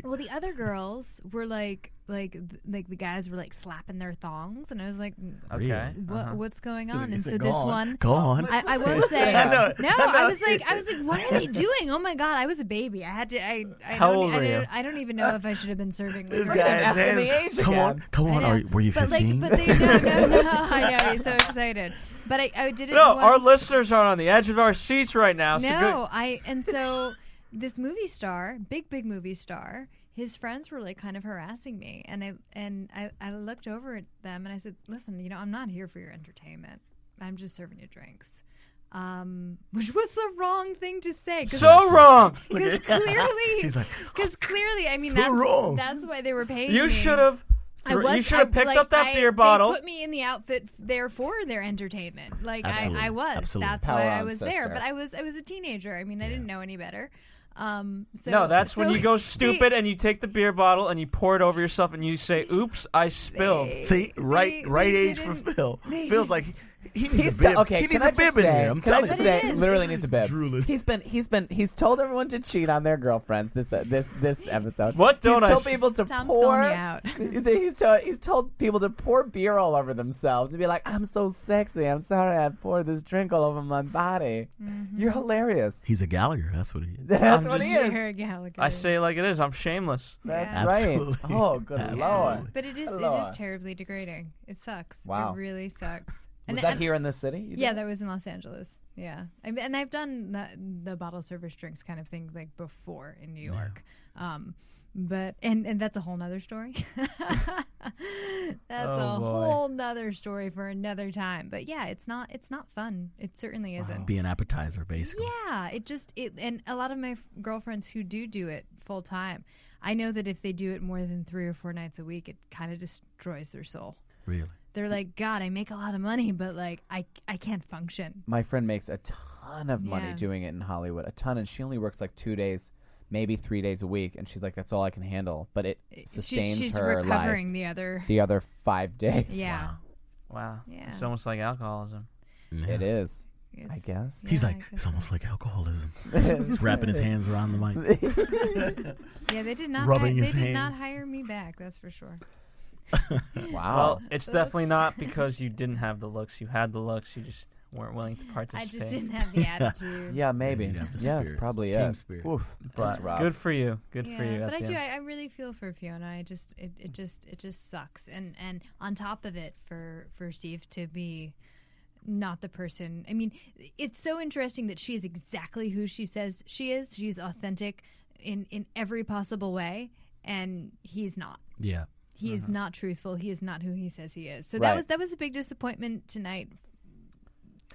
well, the other girls were like, like, th- like the guys were like slapping their thongs, and I was like, Okay. what, uh-huh. what's going on? And Is it so this gone? one, Gone? I, I won't say. I know, no, I I know. was like, I was like, what are they doing? Oh my god, I was a baby. I had to. I, I How don't, old I, were you? don't- I don't even know if I should have been serving. This women. guy I is know. in- Come on, come on. Are, were you But fifteen? like, but they no, no, no. I know he's so excited. But I, I did it. No, our once. listeners are on the edge of our seats right now. So No, I and so this movie star, big big movie star, his friends were like kind of harassing me, and I and I, I looked over at them and I said, "Listen, you know, I'm not here for your entertainment. I'm just serving you drinks." Um, which was the wrong thing to say. 'cause- good. So wrong. because He's clearly, like, because clearly, I mean, So that's wrong. that's why they were paying. You me. should have. I thr- was, you should have I- picked like, up that I- beer bottle. They put me in the outfit f- there for their entertainment. Like Absolutely, I, I was. absolutely. That's Power why I on, was sister. there. But I was I was a teenager. I mean, I didn't know any better. Um, so no, that's when so you go they- stupid and you take the beer bottle and you pour it over yourself and you say, "Oops, I spilled." See, right, they- right they age for didn't- Phil. they Feels like He needs He's a te- bib. okay, he can needs I a bib just in say- here. I'm can I telling just you. say, literally needs a bib. Drooling. He's been, he's been, he's told everyone to cheat on their girlfriends. This, uh, this, this episode. What don't I he's told sh- people to Tom's pour? calling you out. he's, he's told, he's told people to pour beer all over themselves and be like, "I'm so sexy. I'm sorry, I poured this drink all over my body." Mm-hmm. You're hilarious. He's a Gallagher. That's what he is. That's I'm what just- he is. Sarah Gallagher. I say it like it is. I'm shameless. That's Yeah. right. Absolutely. Oh, good lord. But it is it Lord. is terribly degrading. It sucks. Wow. It really sucks. Was that here in this city? you Yeah, did? that was in Los Angeles. Yeah, I mean, and I've done the, the bottle service drinks kind of thing like before in New York, um, but and and that's a whole nother story. that's Oh, a boy. whole nother story for another time. But yeah, it's not it's not fun. It certainly isn't. Be an appetizer, basically. Yeah, it just it, and a lot of my f- girlfriends who do do it full time, I know that if they do it more than three or four nights a week, it kind of destroys their soul. Really? They're like, God, I make a lot of money, but like I I can't function. My friend makes a ton of money Yeah. doing it in Hollywood, a ton, and she only works like two days, maybe three days a week, and she's like, "That's all I can handle." But it sustains she's her recovering life the other- the other five days. Yeah. Wow. Yeah. It's almost like alcoholism. it is. I It's- guess He's like, it's almost like alcoholism. He's wrapping his hands around the mic. Yeah, they did not. Rubbing hi- his they did not hands. hire me back. That's for sure. Well, it's definitely Oops. not because you didn't have the looks. You had the looks. You just weren't willing to I participate. just didn't have the attitude. yeah, maybe. Yeah, have the it's spirit. probably Team it. spirit. Oof, that's But rough. good for you. Good for Yeah, you. But at I the do. end. I, I really feel for Fiona. I just it, it just it just sucks. And and on top of it, for for Steve to be not the person. I mean, it's so interesting that she is exactly who she says she is. She's authentic in in every possible way, and he's not. yeah. He Mm-hmm. is not truthful. He is not who he says he is. So Right. that was that was a big disappointment tonight.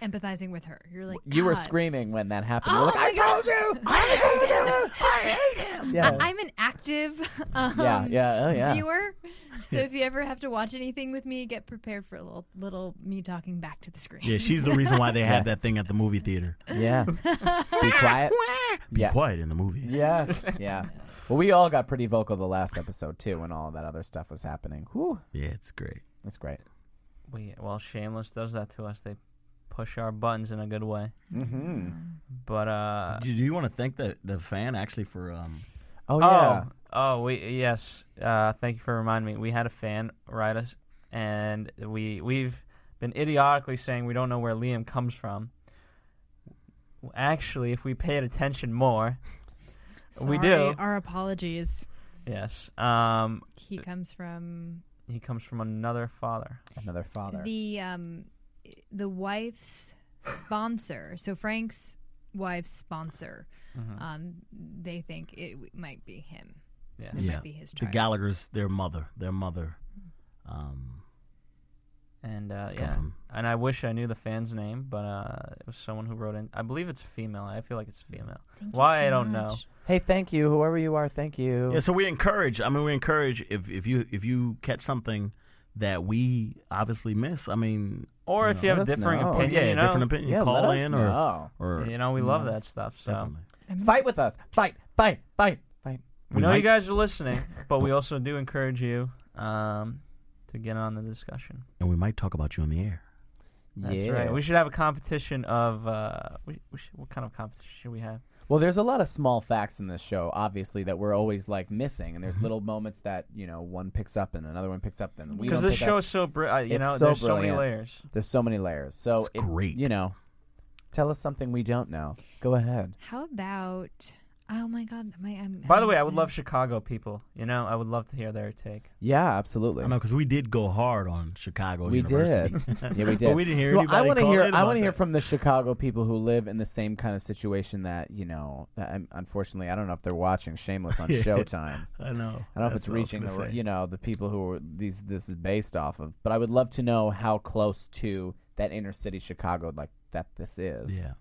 Empathizing with her, you're like You were "God." screaming when that happened. You Oh were like, my I God. told you. I hate him. Yeah. I, am an active um, Yeah, yeah, oh, yeah. viewer. So if you ever have to watch anything with me, get prepared for a little, little me talking back to the screen. Yeah, she's the reason why they Yeah. had that thing at the movie theater. Yeah. Be quiet. Be Yeah. quiet in the movie. Yes. Yeah. Well, we all got pretty vocal the last episode too, when all that other stuff was happening. Whew. Yeah, it's great. That's great. we well, Shameless does that to us. They push our buttons in a good way. Mm-hmm. But uh, Do do you want to thank the, the fan actually for um Oh yeah. Oh, we yes. Uh, thank you for reminding me. We had a fan write us, and we we've been idiotically saying we don't know where Liam comes from. Actually, if we paid attention more, we do. Sorry, Our apologies. Yes. Um, He comes from he comes from another father. Another father. the um, the wife's sponsor. So Frank's wife's sponsor. Mm-hmm. Um, they think it w- might be him. Yeah. It might be his the child. Gallagher's their mother, their mother. Um, And uh, Come yeah, from- and I wish I knew the fan's name, but uh, it was someone who wrote in. I believe it's a female. I feel like it's a female. Thank you Why so I don't know. much. Hey, thank you, whoever you are. Thank you. yeah, so we encourage. I mean, we encourage if if you if you catch something that we obviously miss. I mean, Or You if know, you have a let us differing know. opinion, yeah, you know, different opinion. Yeah, call let us in know. or or you know, we you love know, that stuff. So definitely. Fight with us. Fight. Fight. Fight. Fight. we, know you guys are listening, but we also do encourage you um, to get on the discussion. and we might talk about you on the air. That's yeah. right. We should have a competition of uh, we, we should, what kind of competition should we have? Well, there's a lot of small facts in this show, obviously, that we're always like missing, Mm-hmm. and there's little moments that you know one picks up and another one picks up, and we Because don't this pick show up. is so br- uh, you It's know, so there's so many brilliant. layers. There's so many layers. So It's great. You know, tell us something we don't know. Go ahead. How about? Oh my God! My, I'm, By the way, I would I'm- love Chicago people. You know, I would love to hear their take. Yeah, absolutely. I know because we did go hard on Chicago. We University. did. Yeah, we did. but we didn't hear Well, anybody. I want to call hear. in I about want to hear that. from the Chicago people who live in the same kind of situation that you know. That, um, unfortunately, I don't know if they're watching Shameless on Yeah. Showtime. I I know. don't know if That's it's what I was reaching the gonna r- say. you know the people who are, these this is based off of. But I would love to know how close to that inner city Chicago like that this is. Yeah.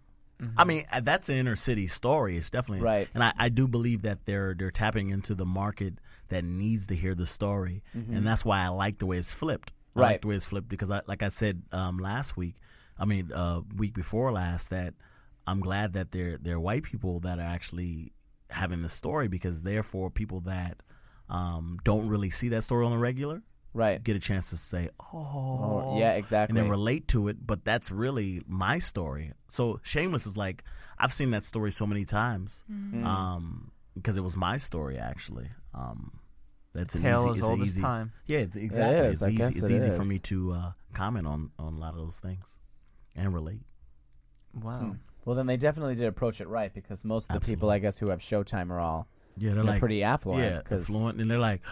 I mean, uh, that's an inner city story. It's definitely Mm-hmm. Right. and I, I do believe that they're they're tapping into the market that needs to hear the story, and that's why I like the way it's flipped. I Mm-hmm. Right. like the way it's flipped because, I, like I said um, last week, I mean, uh, week before last, that I'm glad that they're they're white people that are actually having the story because therefore people that um, don't really see that story on the regular right. get a chance to say, oh, Oh, yeah, exactly. and then relate to it. But that's really my story. So Shameless is like I've seen that story so many times, Mhm. um, because it was my story actually. Um, that's an Tale easy, as it's an old as easy- time. Yeah, it's- It exactly. is, It's I easy, guess it's it easy for is. me to uh, comment on on a lot of those things and relate. Wow. Hmm. Well, then they definitely did approach it right because most of the people, I guess, who have Showtime are all Yeah, you they're know, like pretty affluent. Yeah, 'cause- affluent, and they're like,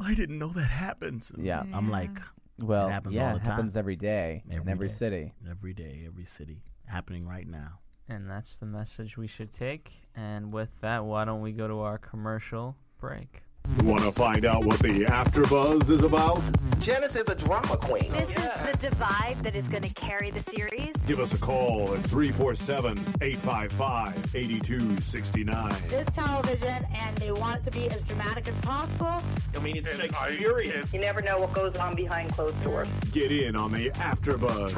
I didn't know that happens. And Yeah. I'm like, Well, it happens yeah, all the it time. happens every day in every day. city. every day, every city, happening right now. And that's the message we should take. And with that, why don't we go to our commercial break? Want to find out what the AfterBuzz is about? Janice is a drama queen. This is the divide that is going to carry the series. Give us a call at 347-855-8269. This television, and they want it to be as dramatic as possible. I mean, it's You never know what goes on behind closed doors. Get in on the AfterBuzz.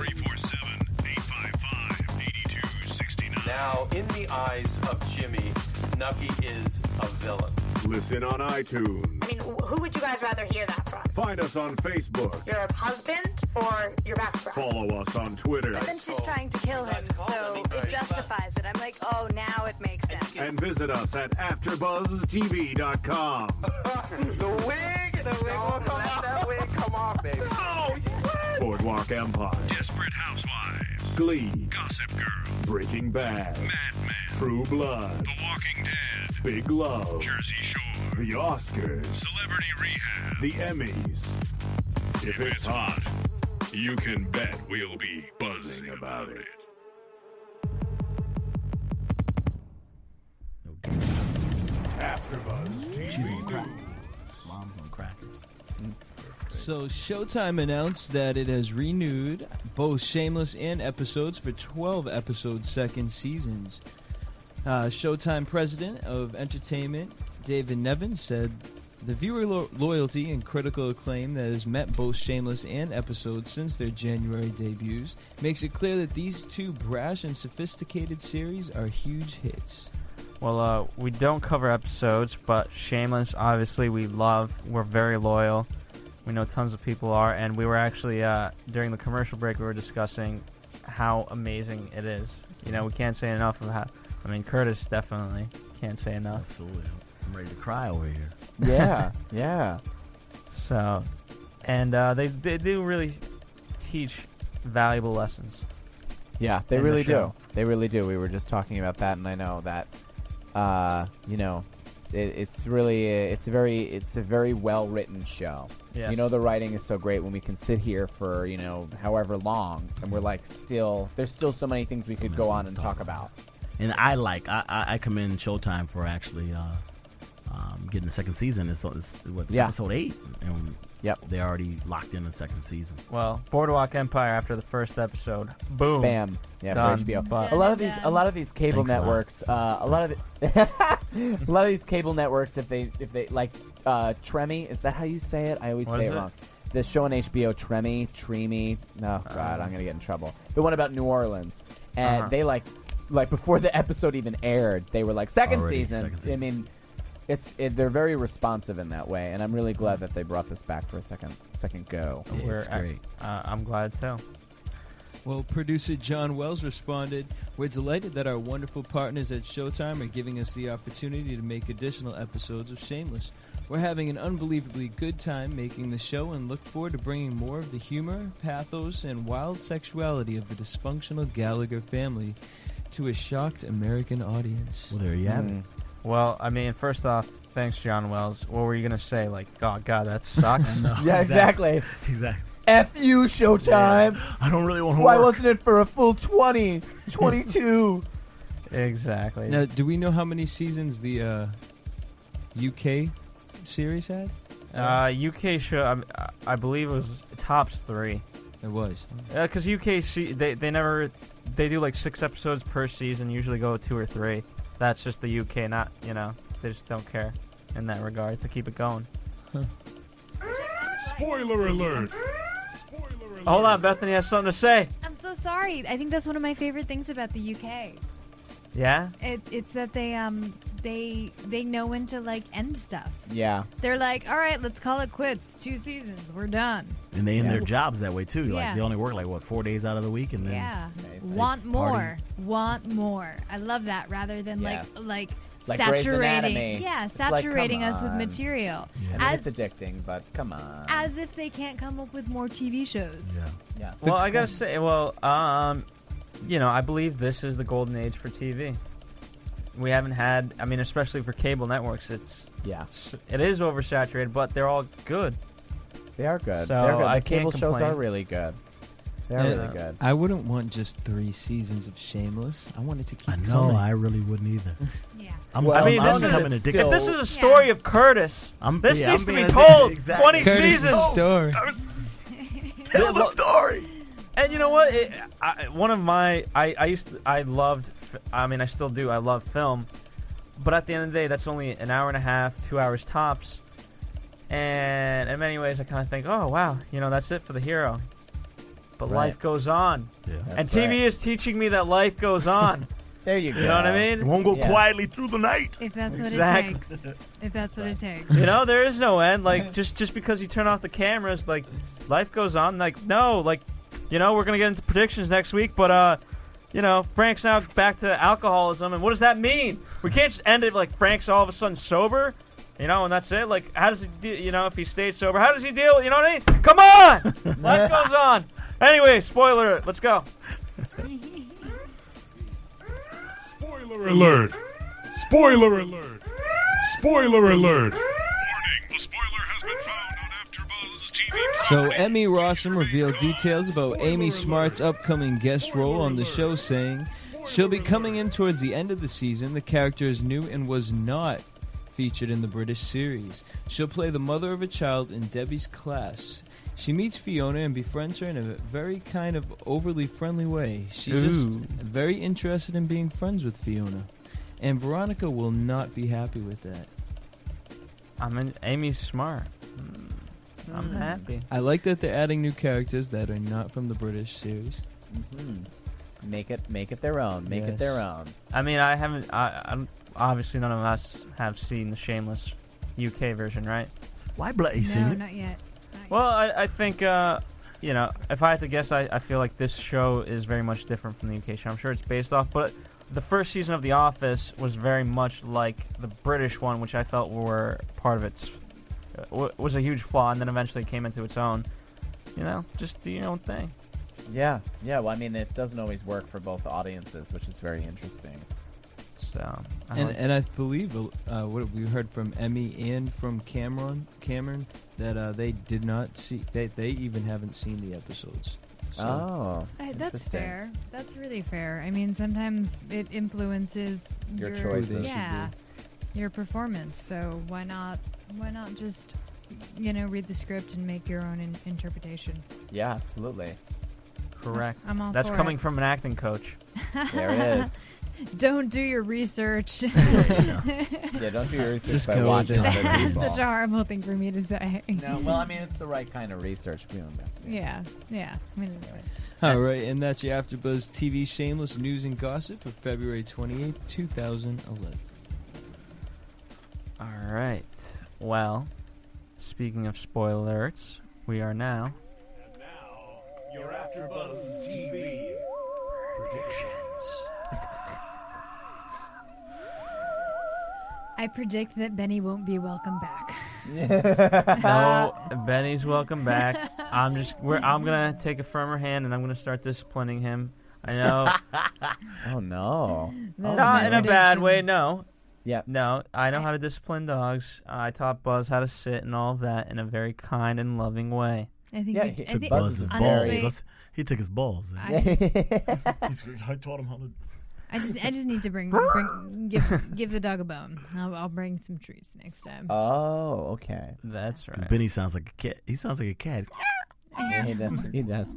Now, in the eyes of Jimmy, Nucky is a villain. Listen on iTunes. I mean, wh- who would you guys rather hear that from? Find us on Facebook. Your husband or your best friend? Follow us on Twitter. But then she's trying to kill him, so it justifies it. I'm like, oh, now it makes sense. And visit us at AfterBuzzTV.com. the wig, the wig will come off. That wig come off, baby. No, what? Boardwalk Empire. Desperate Housewives. Glee. Gossip Girl. Breaking Bad. Mad Men. True Blood. The Walking Dead. Big Love. Jersey Shore. The Oscars. Celebrity Rehab. The Emmys. If it's hot, you can bet we'll be buzzing about it. AfterBuzz TV News. Mom's on crack. So Showtime announced that it has renewed both Shameless and episodes for 12 episode second seasons. Uh, Showtime president of entertainment, David Nevin, said the viewer lo- loyalty and critical acclaim that has met both Shameless and episodes since their January debuts makes it clear that these two brash and sophisticated series are huge hits. Well, uh, we don't cover episodes, but Shameless, obviously, we love. We're very loyal. We know tons of people are, and we were actually uh, during the commercial break we were discussing how amazing it is. You know, we can't say enough of how. I mean, Curtis definitely can't say enough. Absolutely, I'm ready to cry over here. Yeah, yeah. So, and uh, they they do really teach valuable lessons. Yeah, they in the really show. do. They really do. We were just talking about that, and I know that, uh, you know, it, it's really it's a very it's a very well written show. Yes. You know, the writing is so great when we can sit here for you know however long, and Mm-hmm. we're like still there's still so many things we could go on and talk about. And I like I, I I commend Showtime for actually uh, um, getting the second season. It's, it's what Yeah. episode eight, and yep, they already locked in the second season. Well, Boardwalk Empire after the first episode, boom, Bam. Yeah, Done. for HBO. But- a lot of these, a lot of these cable Thanks a lot. networks, uh, a lot of, the- a lot of these cable networks, if they, if they like, uh, Tremmy, is that how you say it? I always What say is it, it? wrong. The show on HBO, Tremmy, Tremmy. Oh God, I'm gonna get in trouble. The one about New Orleans, and Uh-huh. they like, like before the episode even aired, they were like second, Already, season. second season. I mean, it's it, they're very responsive in that way, and I'm really glad that they brought this back for a second, second go. We're at- uh, I'm glad too. Well, producer John Wells responded, We're delighted that our wonderful partners at Showtime are giving us the opportunity to make additional episodes of Shameless. We're having an unbelievably good time making the show and look forward to bringing more of the humor, pathos, and wild sexuality of the dysfunctional Gallagher family to a shocked American audience. Well, Hmm. there you have it. Well, I mean, first off, thanks, John Wells. What were you gonna say? Like, oh God, that sucks. Yeah, exactly. Exactly. F you, Showtime. I don't really want Why wasn't it for a full 20, 22? Exactly. Now, do we know how many seasons the uh, UK series had? Uh, UK show, um, I, I believe it was tops three. It was. Because UK, se- they, they never, they do like six episodes per season, usually go two or three. That's just the UK, not, you know, they just don't care in that regard to keep it going. Spoiler alert! Hold on, Bethany has something to say. I'm so sorry. I think that's one of my favorite things about the UK. Yeah? It's it's that they um they they know when to like end stuff. Yeah. They're like, all right, let's call it quits. Two seasons, we're done. And they end their jobs that way too. Yeah. Like they only work like what four days out of the week, and then Yeah. Nice. Want Party. more. Want more. I love that rather than Yes. like like, Like Grey's saturating. Anatomy. Yeah, It's like, saturating come us with on. material. I mean, As it's addicting, but come on. as if they can't come up with more TV shows. Yeah. Yeah. Well, I gotta say, well, um, you know, I believe this is the golden age for TV. We haven't had, I mean, especially for cable networks, it's yeah, it's, it is oversaturated, but they're all good. They are good. So They're good. The I cable can't shows complain. are really good. They're Yeah. really good. I wouldn't want just three seasons of Shameless. I want it to keep I know coming. I really wouldn't either. yeah. I'm, Well, I mean, I'm this becoming is addicted. If this is a story of Curtis, I'm- this yeah, needs I'm to be being addicted. told. Exactly. Twenty Curtis's seasons. story. Tell the story. And you know what? It, I, one of my I, I used to, I loved. f- I mean, I still do. I love film, but at the end of the day, that's only an hour and a half, two hours tops. And in many ways, I kind of think, oh wow, you know, that's it for the hero. But Right. life goes on, Yeah. and That's TV right. is teaching me that life goes on. there you You know what I mean? It won't go quietly through the night. If that's Exactly. what it takes. If that's what it takes. You know, there is no end. Like just just because you turn off the cameras, like life goes on. Like no, like you know, we're gonna get into predictions next week, but uh, you know, Frank's now back to alcoholism, and what does that mean? We can't just end it like Frank's all of a sudden sober. You know, and that's it. Like, how does he, de- you know, if he stayed sober, how does he deal? You know what I mean? Come on, life goes on. Anyway, spoiler. alert, Let's go. Spoiler alert! Spoiler alert! Spoiler alert! So Emmy Rossum revealed details about Amy Smart's upcoming guest role on the show, saying she'll be coming in towards the end of the season. The character is new and was not featured in the British series. She'll play the mother of a child in Debbie's class. She meets Fiona and befriends her in a very kind of overly friendly way. She's just Ooh. very interested in being friends with Fiona. And Veronica will not be happy with that. I mean, Amy's smart. I'm happy. I like that they're adding new characters that are not from the British series. Mhm. Make it, make it their own. Make it their own. I mean, I haven't. I, I'm obviously none of us have seen the Shameless UK version, right? Why Blake No, not yet. Well, I, I think uh, you know. If I had to guess, I, I feel like this show is very much different from the UK show. I'm sure it's based off, but the first season of The Office was very much like the British one, which I felt were part of its uh, wa- was a huge flaw, and then eventually came into its own. You know, just do your own thing. Yeah, yeah. Well, I mean, it doesn't always work for both audiences, which is very interesting. So, and, and I believe uh, what we heard from Emmy and from Cameron Cameron that uh, they did not see they they even haven't seen the episodes. Oh. So- I, that's fair. That's really fair. I mean, sometimes it influences Your choices. Yeah, your performance. So why not? Why not just you know read the script and make your own in- interpretation? Yeah, absolutely. Correct. I'm all That's for coming it. from an acting coach. There it is. Don't do your research. Yeah, don't do your research Just by go watching with it. other That's people. such a horrible thing for me to say. no, well, I mean, it's the right kind of research. We don't know. yeah, yeah. I mean, All right, and that's your AfterBuzz TV Shameless News and Gossip for February twenty eighth, two thousand eleven. All right. Well, speaking of spoiler alerts, we are now Your AfterBuzz TV predictions. I predict that Benny won't be welcome back. no, Benny's welcome back. I'm just we're, I'm gonna take a firmer hand and I'm gonna start disciplining him. I know, Oh no. That's not my in a bad prediction. way. No. Yeah. No, I know how to discipline dogs. uh, I taught Buzz how to sit and all that in a very kind and loving way. I think. Yeah, we, he I took think Buzz's honestly, balls. That's- he took his balls. eh? I just- He's great. I taught him how to. I just, I just need to bring, bring give, give the dog a bone. I'll, I'll bring some treats next time. Oh, okay. That's right. Because Benny sounds like a cat. He sounds like a cat. Yeah, he does. He does.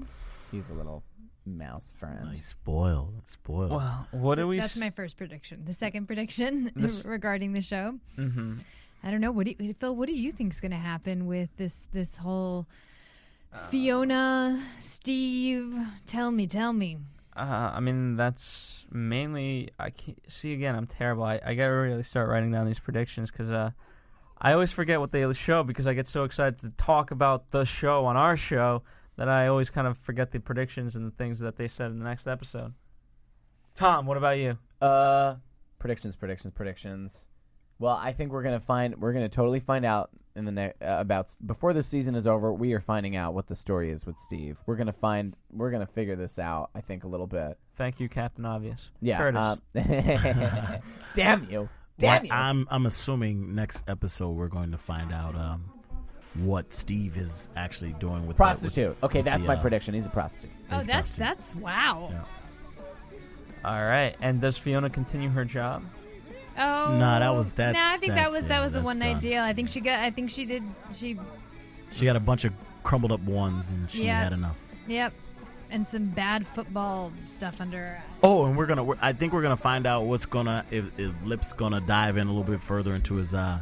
He's a little mouse friend. Spoiled. Spoiled. Well, what So do we? That's my first prediction. The second prediction This- regarding the show. mm-hmm. I don't know. What do you, Phil? What do you think's going to happen with this this Uh, whole Fiona, Steve? Tell me, tell me. Uh, I mean, that's mainly. I can't, see again. I'm terrible. I, I gotta really start writing down these predictions because uh, I always forget what they show because I get so excited to talk about the show on our show that I always kind of forget the predictions and the things that they said in the next episode. Tom, what about you? Uh, predictions, predictions, predictions. Well, I think we're gonna find we're gonna totally find out in the ne- uh, about before this season is over. We are finding out what the story is with Steve. We're gonna find we're gonna figure this out. I think a little bit. Thank you, Captain Obvious. Yeah. uh, Curtis. um, damn you. Well, Damn you. I'm I'm assuming next episode we're going to find out um, what Steve is actually doing with the- with- prostitute. okay, with that's the, my uh, prediction. He's a prostitute. Oh, that's that's wow. All right, and does Fiona continue her job? Oh, Nah, that was- that's- Nah, I think that that's- was yeah, that was a that's one night done. deal. I think she got. I think she did. She, She got a bunch of crumbled up ones, and she Yeah. had enough. yep, and some bad football stuff under. her eye. Oh, and we're gonna. We're, I think we're gonna find out what's gonna if, if Lip's gonna dive in a little bit further into his uh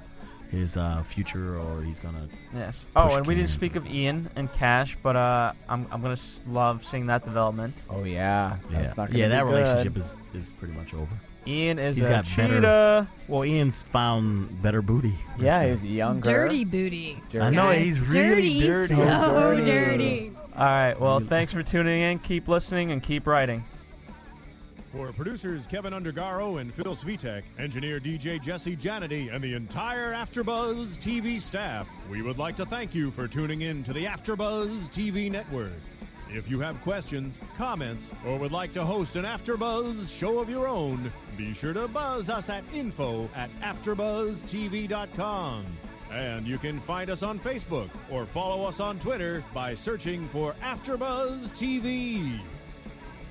his uh future, or he's gonna. Yes. Oh, push and we didn't Kane. speak of Ian and Cash, but uh, I'm I'm gonna s- love seeing that development. Oh yeah, Yeah, yeah that relationship is is pretty much over. Ian is He's a got cheetah. better. Well, Ian's found better booty. Yeah, he's younger. uh, Dirty booty. I know Guys, he's really dirty. dirty. So dirty. All right. Well, thanks for tuning in. Keep listening and keep writing. For producers Kevin Undergaro and Phil Svitek, engineer DJ Jesse Janity, and the entire AfterBuzz TV staff, we would like to thank you for tuning in to the AfterBuzz TV network. If you have questions, comments, or would like to host an AfterBuzz show of your own, be sure to buzz us at info at AfterBuzzTV.com. And you can find us on Facebook or follow us on Twitter by searching for AfterBuzz TV.